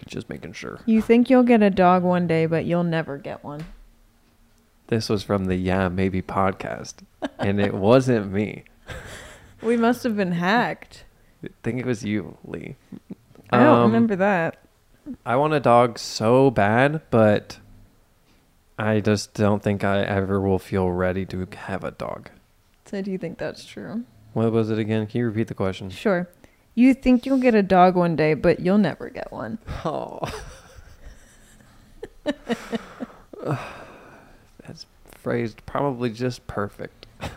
Just making sure.
You think you'll get a dog one day, but you'll never get one.
This was from the Yeah Maybe podcast, and it wasn't me.
We must have been hacked.
I think it was you, Lee.
I don't
Um,
remember that.
I want a dog so bad, but I just don't think I ever will feel ready to have a dog.
So, do you think that's true?
What was it again? Can you repeat the question?
Sure. You think you'll get a dog one day, but you'll never get one.
Oh. That's phrased probably just perfect.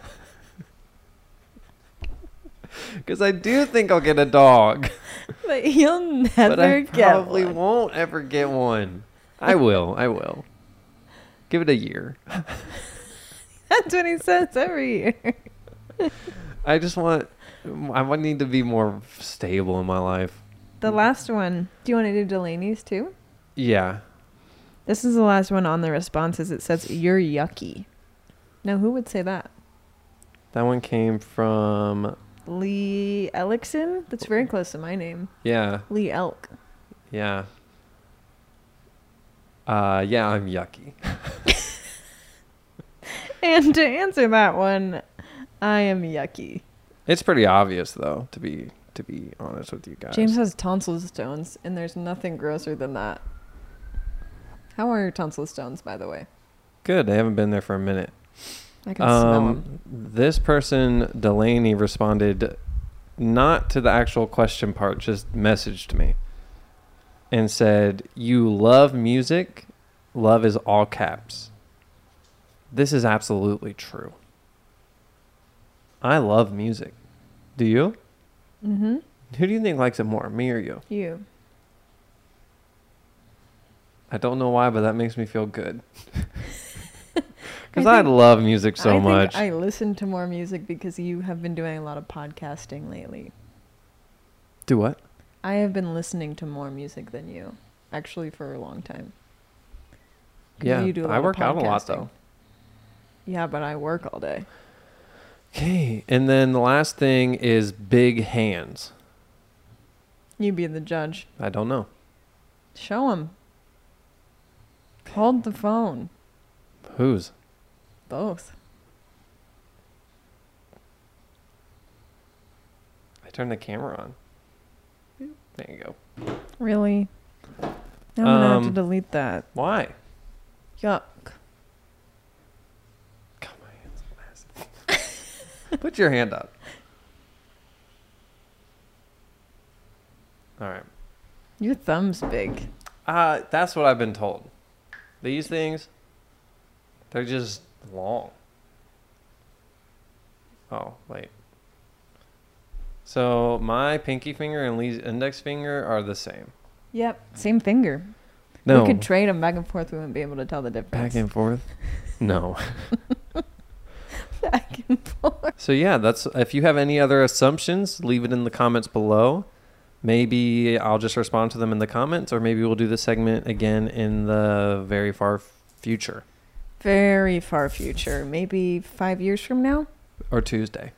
Because I do think I'll get a dog,
But you'll never
but I
get
probably
one.
won't ever get one. I will. I will. Give it a year.
That's what he says every year.
I just want. I want need to be more stable in my life.
The last one. Do you want to do Delaney's too?
Yeah.
This is the last one on the responses. It says, You're yucky. Now, who would say that?
That one came from.
Lee Ellickson? That's very close to my name.
Yeah.
Lee Elk.
Yeah. Uh, yeah, I'm yucky.
And to answer that one, I am yucky.
It's pretty obvious though, to be to be honest with you guys.
James has tonsil stones, and there's nothing grosser than that. How are your tonsil stones, by the way?
Good. They haven't been there for a minute.
I can smell 'em. smell them.
Um, this person Delaney responded not to the actual question part, just messaged me and said, "You love music. Love is all caps." This is absolutely true. I love music. Do you?
Mm-hmm.
Who do you think likes it more, me or you?
You.
I don't know why, but that makes me feel good. Because
I
I,
think-
love music so
I think
much.
I listen to more music because you have been doing a lot of podcasting lately.
Do what?
I have been listening to more music than you, actually, for a long time. 'Cause
Yeah,
you do a lot
I
of
work out a lot
podcasting.
though.
Yeah, but I work all day.
Okay, and then the last thing is big hands.
You be the judge.
I don't know.
Show him. Hold the phone.
Whose?
Both.
I turned the camera on. There you go.
Really? I'm gonna have to
Um,
delete that.
Why?
Yuck.
God, my hand's massive. Put your hand up. All right.
Your thumb's big.
Uh, that's what I've been told. These things, they're just long. Oh, wait. So my pinky finger and Lee's index finger are the same.
Yep, same finger.
No.
We could trade them back and forth. We wouldn't be able to tell the difference.
back and forth. No.
Back and forth.
So yeah, that's if you have any other assumptions, leave it in the comments below. Maybe I'll just respond to them in the comments, or maybe we'll do this segment again in the very far future
Very far future. Maybe five years from now?
or Tuesday.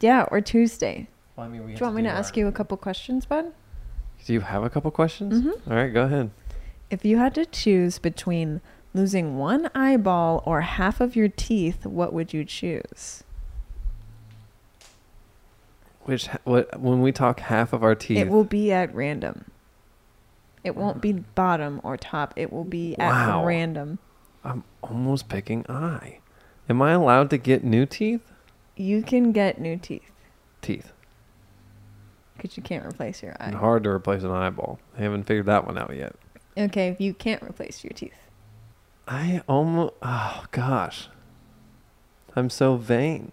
Yeah, or Tuesday.
Well, I mean, we
Do you want me to ask you a couple questions, bud?
Do you have a couple questions?
Mm-hmm.
All right, go ahead.
If you had to choose between losing one eyeball or half of your teeth, what would you choose?
Which ha- what when we talk half of our teeth?
It will be at random. It won't be bottom or top. It will be at
Wow.
random.
I'm almost picking eye. Am I allowed to get new teeth?
You can get new teeth
Teeth.
because you can't replace your eye.
Hard to replace an eyeball. I haven't figured that one out yet.
Okay, if you can't replace your teeth.
I almost. Oh gosh. I'm so vain.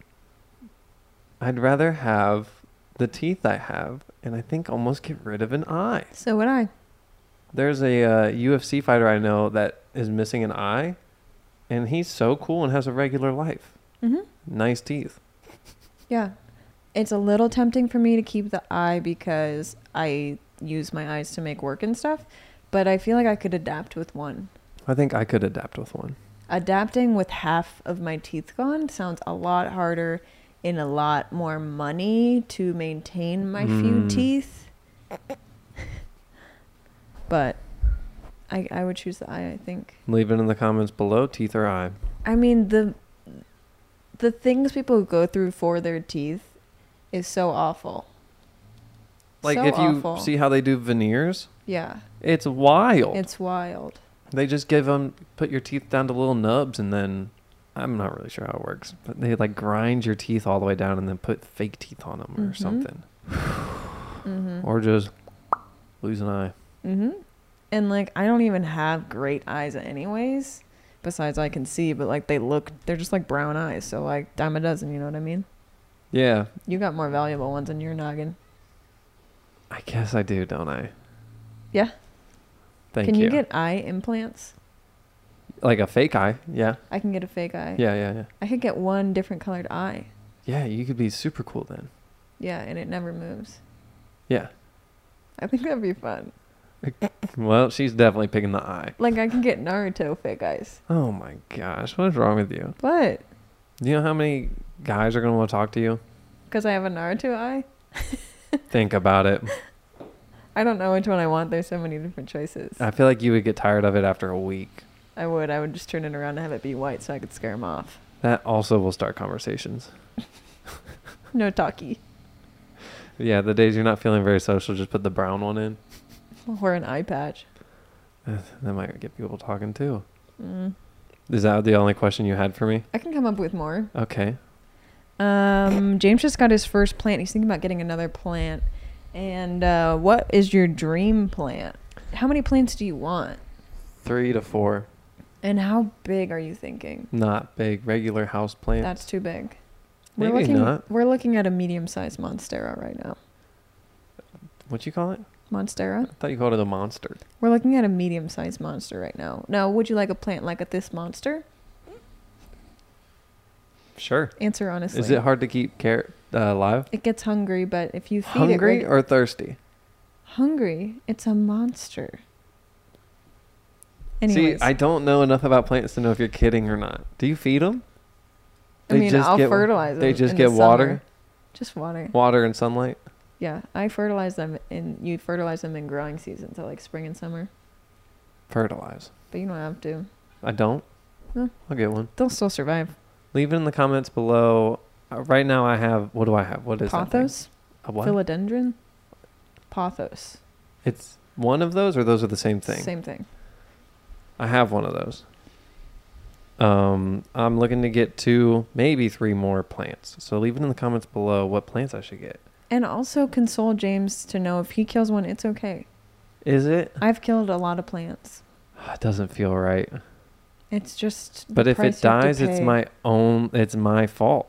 I'd rather have the teeth I have, and I think almost get rid of an eye.
So would I.
There's a uh, UFC fighter I know that is missing an eye, and he's so cool and has a regular life.
Mhm.
Nice teeth.
Yeah. It's a little tempting for me to keep the eye because I use my eyes to make work and stuff, but I feel like I could adapt with one.
I think I could adapt with one.
Adapting with half of my teeth gone sounds a lot harder and a lot more money to maintain my few
Mm.
teeth. but I, I would choose the eye, I think.
Leave it in the comments below, teeth or eye.
I mean the the things people go through for their teeth is so awful.
Like
So
if you
awful.
see how they do veneers,
Yeah,
it's wild.
it's wild.
They just give them put your teeth down to little nubs, and then I'm not really sure how it works, but they like grind your teeth all the way down, and then put fake teeth on them or
Mhm.
something,
Mhm.
or just lose an eye.
Mhm. And like I don't even have great eyes anyways, besides I can see, but like they look they're just like brown eyes, so like dime a dozen, you know what I mean?
Yeah,
You got more valuable ones in your noggin.
I guess I do, don't I?
Yeah.
Thank
can you. get eye implants?
like a fake eye? Yeah,
I can get a fake eye.
yeah, yeah, yeah.
I could get one different colored eye.
Yeah, you could be super cool then.
Yeah, and it never moves.
Yeah.
I think that'd be fun.
Well, she's definitely picking the eye.
Like I can get Naruto fake eyes.
Oh my gosh, what is wrong with you?
What?
Do you know how many guys are gonna want to talk to you?
Because I have a Naruto eye?
Think about it.
I don't know which one I want. There's so many different choices.
I feel like you would get tired of it after a week.
I would. I would just turn it around and have it be white so I could scare him off.
That also will start conversations.
No talkie.
Yeah, the days you're not feeling very social, just put the brown one in. Uh,
Or an eye patch.
That might get people talking too.
Mm.
Is that the only question you had for me?
I can come up with more.
Okay.
Um, James just got his first plant. He's thinking about getting another plant. And uh, what is your dream plant? How many plants do you want?
Three to four.
And how big are you thinking?
Not big, regular house plants.
That's too big. we're
Maybe
looking,
not.
We're looking at a medium-sized monstera right now.
What you call it?
Monstera.
I thought you called it a monster.
We're looking at a medium sized monster right now. Now, would you like a plant like a this monster?
Sure.
Answer honestly.
Is it hard to keep carrot uh, alive?
It gets hungry, but if you feed
Hungry
it. regu-
or thirsty?
hungry, it's a monster. Anyways,
See, I don't know enough about plants to know if you're kidding or not. Do you feed them?
I mean, I'll
get,
fertilize
They
them
just
in
get
the
water,
summer. Just water.
water and sunlight.
Yeah, I fertilize them, and you fertilize them in growing season, so like spring and summer.
Fertilize.
But you don't have to.
I don't.
No.
I'll get one.
They'll still survive.
Leave it in the comments below. Uh, right now, I have. What do I have? What is that thing?
Pothos,
A what?
philodendron, pothos.
it's one of those, or those are the same thing.
Same thing.
I have one of those. Um, I'm looking to get two, maybe three more plants. So leave it in the comments below what plants I should get.
And also console James to know if he kills one, it's okay.
Is it?
I've killed a lot of plants.
It doesn't feel right.
It's just. the
But if
price
it
you have to
dies, it's
pay.
my own. It's my fault.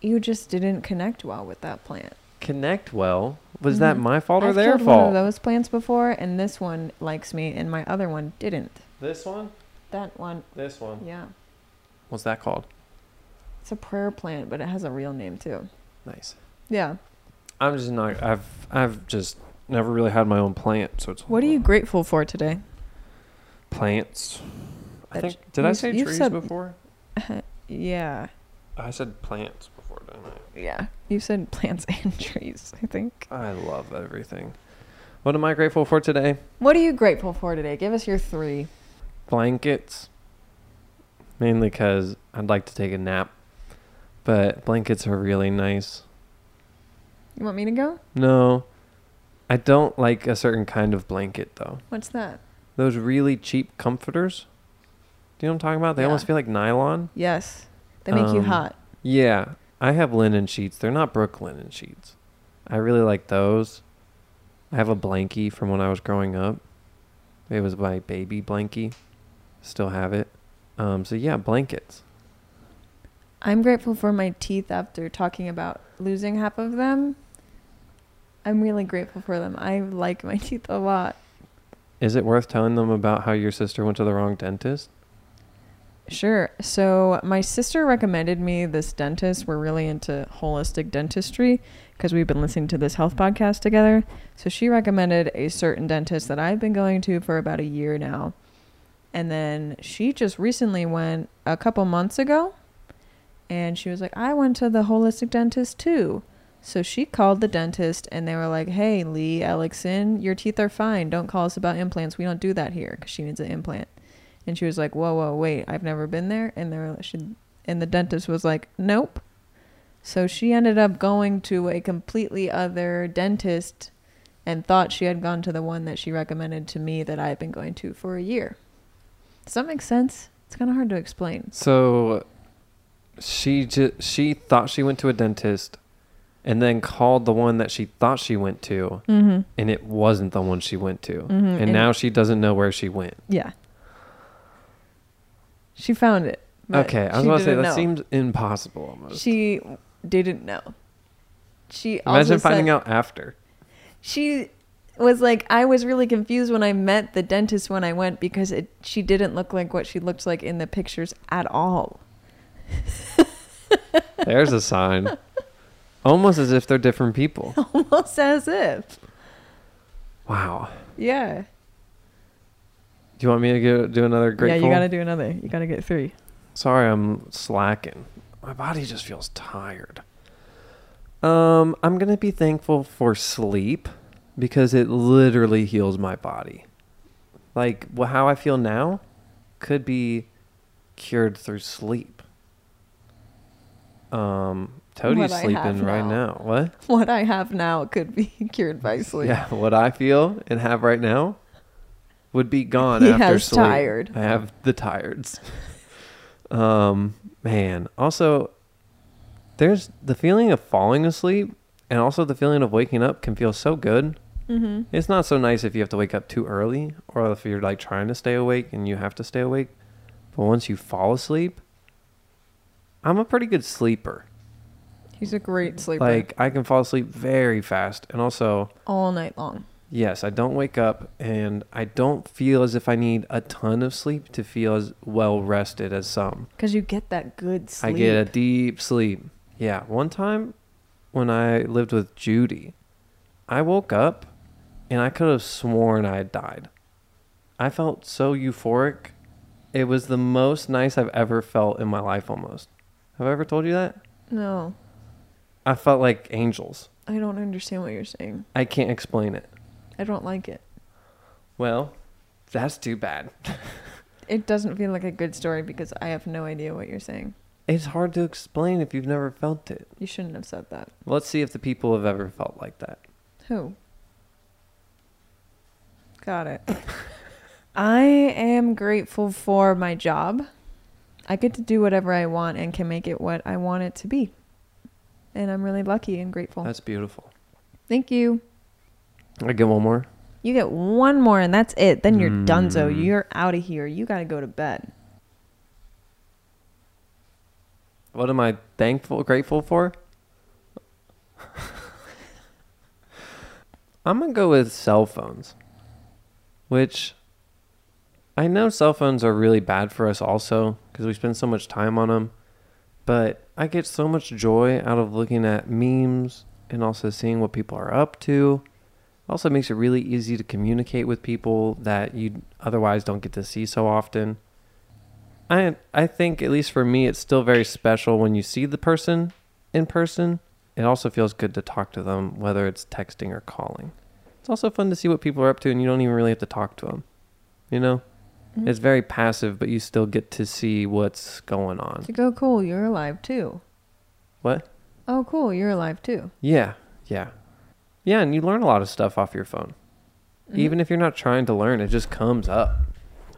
You just didn't connect well with that plant.
connect well. Was that
Mhm.
my fault or
I've
their
killed one of
fault?
those plants before, and this one likes me, and my other one didn't.
This one?
That one,
This one.
yeah,
What's that called?
it's a prayer plant, but it has a real name too.
Nice.
Yeah.
I'm just not I've I've just never really had my own plant, so it's
What are you grateful for today?
plants? I
Veg-
think did
you
I
s-
say
you've
trees
said-
before?
Yeah,
I said plants before, didn't I?
yeah. You said plants and trees. I think.
I love everything. What am I grateful for today?
What are you grateful for today? Give us your three.
Blankets. Mainly because I'd like to take a nap. But blankets are really nice.
You want me to go?
No, I don't like a certain kind of blanket, though.
What's that?
Those really cheap comforters. Do you know what I'm talking about? They
Yeah.
almost feel like nylon.
Yes, they make you
Um,
hot.
Yeah, I have linen sheets. They're not Brook linen sheets. I really like those. I have a blankie from when I was growing up. It was my baby blankie. Still have it. Um, so yeah, blankets.
I'm grateful for my teeth after talking about losing half of them. I'm really grateful for them. I like my teeth a lot.
Is it worth telling them about how your sister went to the wrong dentist?
Sure. So, my sister recommended me this dentist. We're really into holistic dentistry because we've been listening to this health podcast together. So, she recommended a certain dentist that I've been going to for about a year now. And then she just recently went a couple months ago and she was like, I went to the holistic dentist too. So, she called the dentist and they were like, Hey, Lee Ellickson, your teeth are fine. Don't call us about implants. We don't do that here because she needs an implant. And she was like, "Whoa, whoa, wait! I've never been there." And there she, and the dentist was like, "Nope." So she ended up going to a completely other dentist, and thought she had gone to the one that she recommended to me that I've been going to for a year. Does that make sense? It's kind of hard to explain.
So she ju- she thought she went to a dentist and then called the one that she thought she went to
Mm-hmm.
and it wasn't the one she went to.
Mhm,
Mm, And,
and-
now she doesn't know where she went.
Yeah. She found it. but
okay, I was
she
about to say
didn't
that
know.
seems impossible almost.
She didn't know. She also
Imagine
said-
finding out after.
she was like i was really confused when i met the dentist when i went because it she didn't look like what she looked like in the pictures at all
There's a sign. Almost as if they're different people.
almost as if
Wow.
yeah
Do you want me to go, do another grateful?
yeah you gotta do another you gotta get three
Sorry, I'm slacking. My body just feels tired. Um, I'm going to be thankful for sleep because it literally heals my body. Like wh- how I feel now could be cured through sleep. Um, Toadie's
What I have
sleeping right
now.
now. What?
what i have now could be cured by sleep
Yeah, what I feel and have right now would be gone
He
after
has
sleep.
tired.
I have the tireds. um, man. Also, there's the feeling of falling asleep, and also the feeling of waking up can feel so good.
mm-hmm.
It's not so nice if you have to wake up too early, or if you're like trying to stay awake and you have to stay awake. But once you fall asleep, I'm a pretty good sleeper.
he's a great sleeper
Like I can fall asleep very fast, and also.
all night long
Yes, I don't wake up and I don't feel as if I need a ton of sleep to feel as well rested as some.
because you get that good sleep
I get a deep sleep. Yeah, one time when I lived with Judy, I woke up and I could have sworn I had died. I felt so euphoric. It was the most nice I've ever felt in my life almost. Have I ever told you that?
no
I felt like angels.
i don't understand what you're saying
I can't explain it.
i don't like it
Well, that's too bad.
it doesn't feel like a good story because i have no idea what you're saying
It's hard to explain if you've never felt it.
you shouldn't have said that
Let's see if the people have ever felt like that.
Who? Got it. I am grateful for my job. I get to do whatever I want and can make it what I want it to be. And I'm really lucky and grateful.
That's beautiful.
Thank you.
I get one more.
You get one more and that's it. Then you're done. So
Mm.
You're out of here. You got to go to bed.
What am I thankful, grateful for? I'm gonna go with cell phones, which I know cell phones are really bad for us also because we spend so much time on them. But I get so much joy out of looking at memes and also seeing what people are up to. Also makes it really easy to communicate with people that you otherwise don't get to see so often. I I think at least for me it's still very special when you see the person in person. It also feels good to talk to them whether it's texting or calling. It's also fun to see what people are up to and you don't even really have to talk to them. You know?
Mhm.
It's very passive but you still get to see what's going on.
It's like, oh, cool, you're alive too.
What?
Oh, cool, you're alive too.
Yeah. Yeah. Yeah, and you learn a lot of stuff off your phone. Even if you're not trying to learn, it just comes up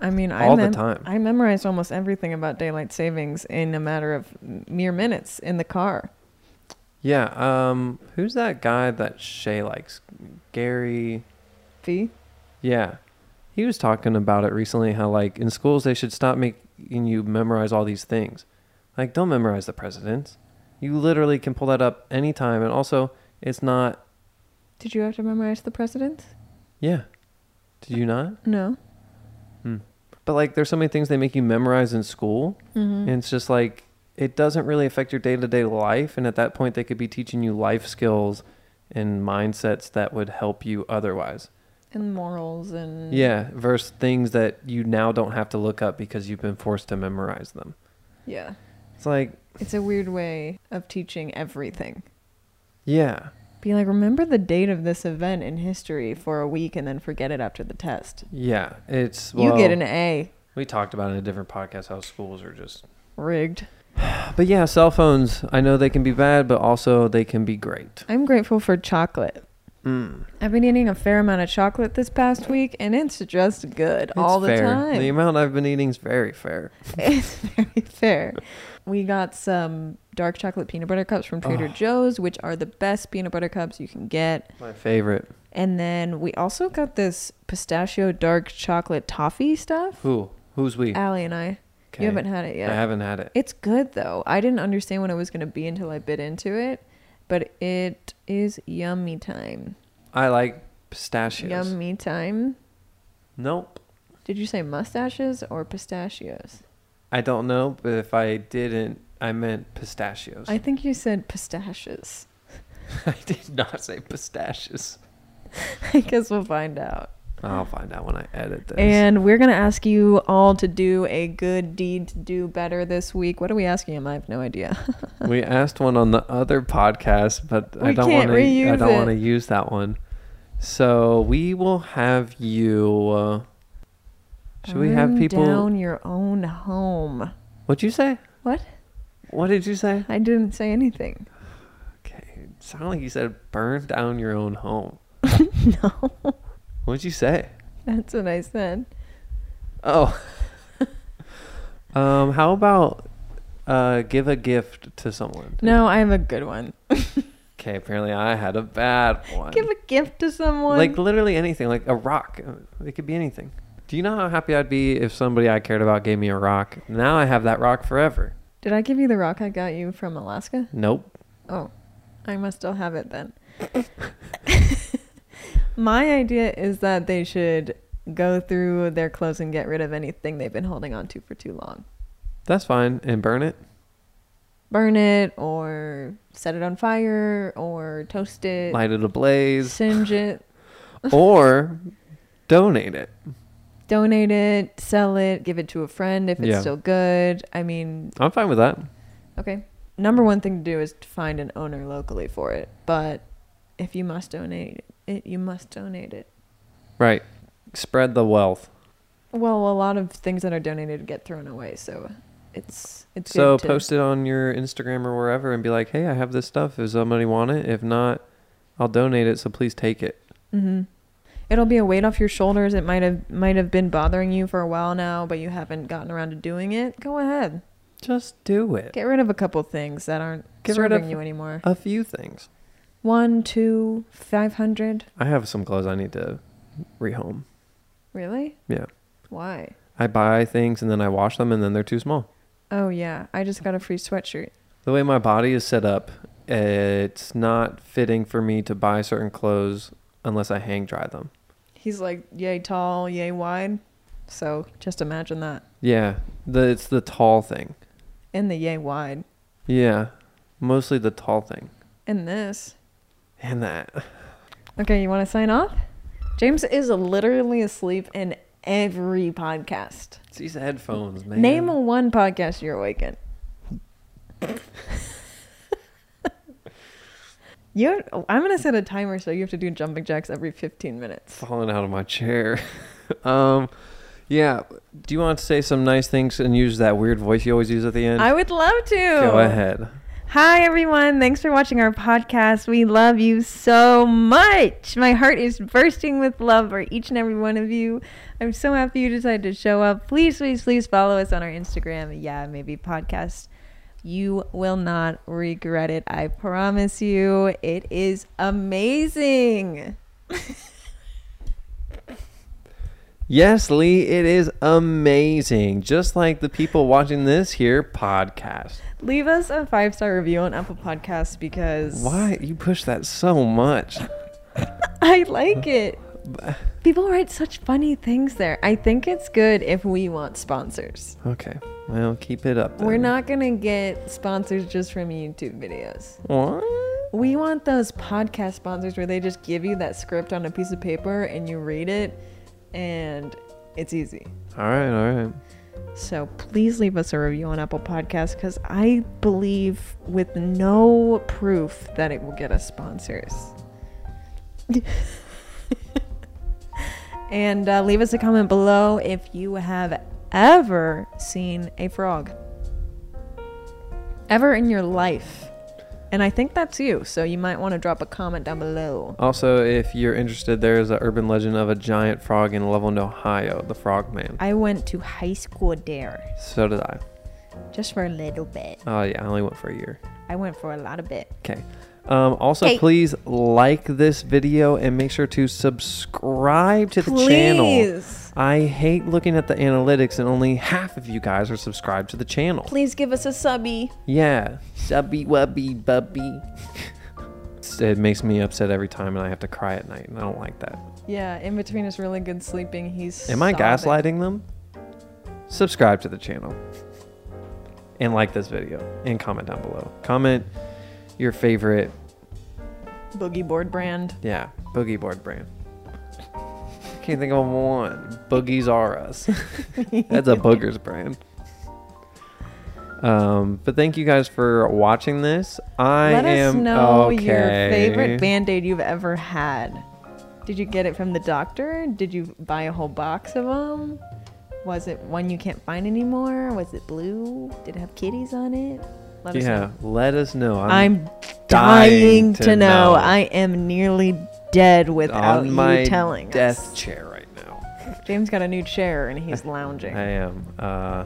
I mean, I
all
mem-
the time.
I memorized almost everything about daylight savings in a matter of mere minutes in the car.
Yeah. Um. Who's that guy that Shay likes? Gary.
Fee?
Yeah. He was talking about it recently. How like in schools they should stop making you memorize all these things. Like don't memorize the presidents. You literally can pull that up anytime, and also it's not.
Did you have to memorize the presidents?
Yeah. Did you not?
No.
But like, there's so many things they make you memorize in school,
Mm-hmm.
and it's just like it doesn't really affect your day to day life. And at that point, they could be teaching you life skills and mindsets that would help you otherwise.
And morals and.
Yeah, versus things that you now don't have to look up because you've been forced to memorize them.
Yeah.
It's like,
It's a weird way of teaching everything.
yeah,
Be like, remember the date of this event in history for a week and then forget it after the test.
yeah, it's
you
well,
get an A.
We talked about in a different podcast how schools are just.
Rigged.
But yeah, cell phones. I know they can be bad, but also they can be great.
I'm grateful for chocolate.
Mm,
I've been eating a fair amount of chocolate this past week, and it's just good all
it's
the
fair.
time.
The amount I've been eating is very fair.
It's very fair. We got some dark chocolate peanut butter cups from Trader Joe's, which are the best peanut butter cups you can get.
My favorite.
And then we also got this pistachio dark chocolate toffee stuff.
Who? Who's we?
Allie and I.
Okay.
Uh, You haven't had it yet.
I haven't had it.
It's good though. I didn't understand what it was going to be until I bit into it, but it is yummy time.
I like pistachios.
Yummy time.
Nope.
Did you say mustaches or pistachios?
I don't know, but if I didn't, I meant pistachios.
I think you said pistaches.
I did not say pistachios.
I guess we'll find out.
I'll find out when I edit this.
And we're going to ask you all to do a good deed to do better this week. What are we asking him? I have no idea.
we asked one on the other podcast, but I
We
don't
can't
want to. I
reuse
don't
it.
want to use that one. So we will have you. Uh, should we have
Burn
people?
down your own home?
What'd you say?
What?
What did you say?
I didn't say anything.
Okay, it sounded like you said burn down your own home.
no,
What'd you say?
that's what I said.
Oh. um. How about uh, give a gift to someone?
No, I have a good one.
Okay. Apparently, I had a bad one.
Give a gift to someone.
like literally anything, like a rock. It could be anything. Do you know how happy I'd be if somebody I cared about gave me a rock? Now I have that rock forever.
Did I give you the rock I got you from Alaska?
Nope.
Oh, I must still have it then. My idea is that they should go through their clothes and get rid of anything they've been holding on to for too long.
That's fine. And burn it.
Burn it or set it on fire or toast it,
Light it ablaze.
singe it,
or donate it.
donate it, sell it, give it to a friend if it's
Yeah.
still good. I mean,
I'm fine with that.
okay. Number one thing to do is to find an owner locally for it. But if you must donate it, you must donate it.
Right. Spread the wealth.
Well, a lot of things that are donated get thrown away, so it's it's
so
good to-
post it on your Instagram or wherever and be like, hey, I have this stuff. Does somebody want it? If not, I'll donate it. So please take it.
Mhm. It'll be a weight off your shoulders. It might have might have been bothering you for a while now, but you haven't gotten around to doing it. Go ahead,
Just do it.
get rid of a couple things that aren't
Get rid
serving
of-
you anymore.
A few things.
One, two, five hundred.
I have some clothes I need to rehome.
Really?
Yeah.
Why?
I buy things and then I wash them and then they're too small.
Oh yeah, I just got a free sweatshirt.
The way my body is set up, it's not fitting for me to buy certain clothes unless I hang dry them.
He's like yay tall, yay wide. So just imagine that.
Yeah, the, it's the tall thing.
And the yay wide.
Yeah, mostly the tall thing.
And this.
And that.
Okay, you want to sign off? James is literally asleep in every podcast.
It's these headphones, man.
Name a one podcast you're awake in. you, I'm gonna set a timer so you have to do jumping jacks every 15 minutes.
falling out of my chair. um, yeah. Do you want to say some nice things and use that weird voice you always use at the end?
I would love to.
Go ahead.
Hi, everyone. Thanks for watching our podcast. We love you so much. My heart is bursting with love for each and every one of you. I'm so happy you decided to show up. Please, please, please follow us on our Instagram. Yeah, maybe podcast. You will not regret it. I promise you. It is amazing.
Yes, Lee, it is amazing. Just like the people watching this here podcast.
Leave us a five star review on Apple Podcasts because
Why you push that so much?
I like it. People write such funny things there. I think it's good if we want sponsors.
Okay. Well, keep it up. Then.
We're not going to get sponsors just from YouTube videos.
What?
We want those podcast sponsors where they just give you that script on a piece of paper and you read it and it's easy.
All right, all right.
So please leave us a review on Apple Podcasts because I believe with no proof that it will get us sponsors. and uh, leave us a comment below if you have ever seen a frog. Ever in your life. And I think that's you, so you might want to drop a comment down below.
Also, if you're interested, there is an urban legend of a giant frog in Loveland, Ohio, the Frogman.
I went to high school there
So did I.
just for a little bit.
Oh yeah, I only went for a year.
I went for a lot of bit.
Okay. Um, also,
Hey.
please like this video and make sure to subscribe to the channel.
Please.
I hate looking at the analytics, and only half of you guys are subscribed to the channel.
Please give us a subby.
Yeah. Subby wubby bubby. it makes me upset every time, and I have to cry at night, and I don't like that.
Yeah, in between is really good sleeping. He's.
Am I
sobbing.
gaslighting them? Subscribe to the channel and like this video and comment down below. Comment your favorite,
Boogie board brand.
yeah, boogie board brand. I can't think of one. Boogies are us. That's a boogers brand. Um, but thank you guys for watching this. I
Let
am
us know
okay.
your favorite band aid you've ever had. Did you get it from the doctor? Did you buy a whole box of them? Was it one you can't find anymore? Was it blue? Did it have kitties on it? Let us
Yeah,
know.
let us know. I'm,
I'm dying,
dying
to
to
know.
know.
I am nearly dead without
on
you
my
telling
death
us.
chair right now.
James got a new chair and he's lounging.
I am. Uh,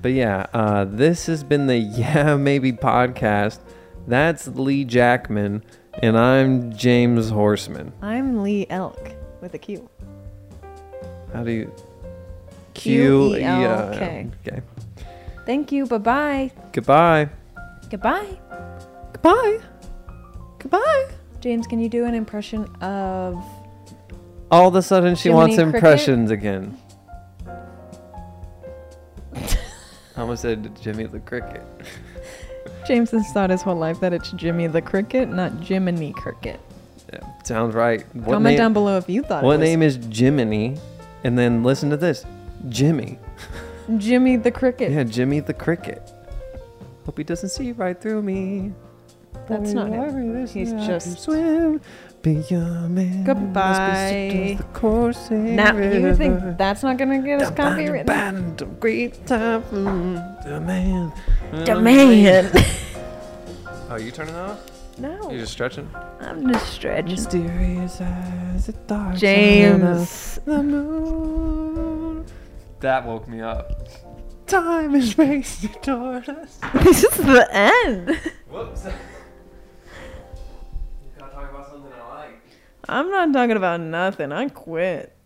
but yeah, uh, this has been the Yeah Maybe podcast. That's Lee Jackman, and I'm James Horseman.
I'm Lee Elk with a Q.
How do you?
Q E L
yeah,
K.
Okay.
Thank you. Bye bye.
Goodbye.
Goodbye.
Goodbye. Goodbye.
James, can you do an impression of
All of a sudden, she
Jiminy
wants
Cricket?
impressions again. I almost said Jimmy the Cricket.
James has thought his whole life that it's Jimmy the Cricket, not Jiminy Cricket.
Yeah, sounds right. What
Comment
name-
down below if you thought
What
it was
name is Jiminy? And then listen to this Jimmy.
Jimmy the Cricket.
Yeah, Jimmy the Cricket. Hope he doesn't see right through me.
That's not him. He's
He's
just-
just swim beyond me.
Goodbye. Now
Now
you think that's not gonna get us copywritten?
Band of great time, mm, demand,
Mm. Oh, you turning that off?
no,
You just stretching?
I'm just stretching.
Mysterious as the dark side of
James,
the moon.
That woke me up.
Time and space toward us.
this is the end.
Whoops. you gotta talk about something I like.
I'm not talking about nothing. I quit.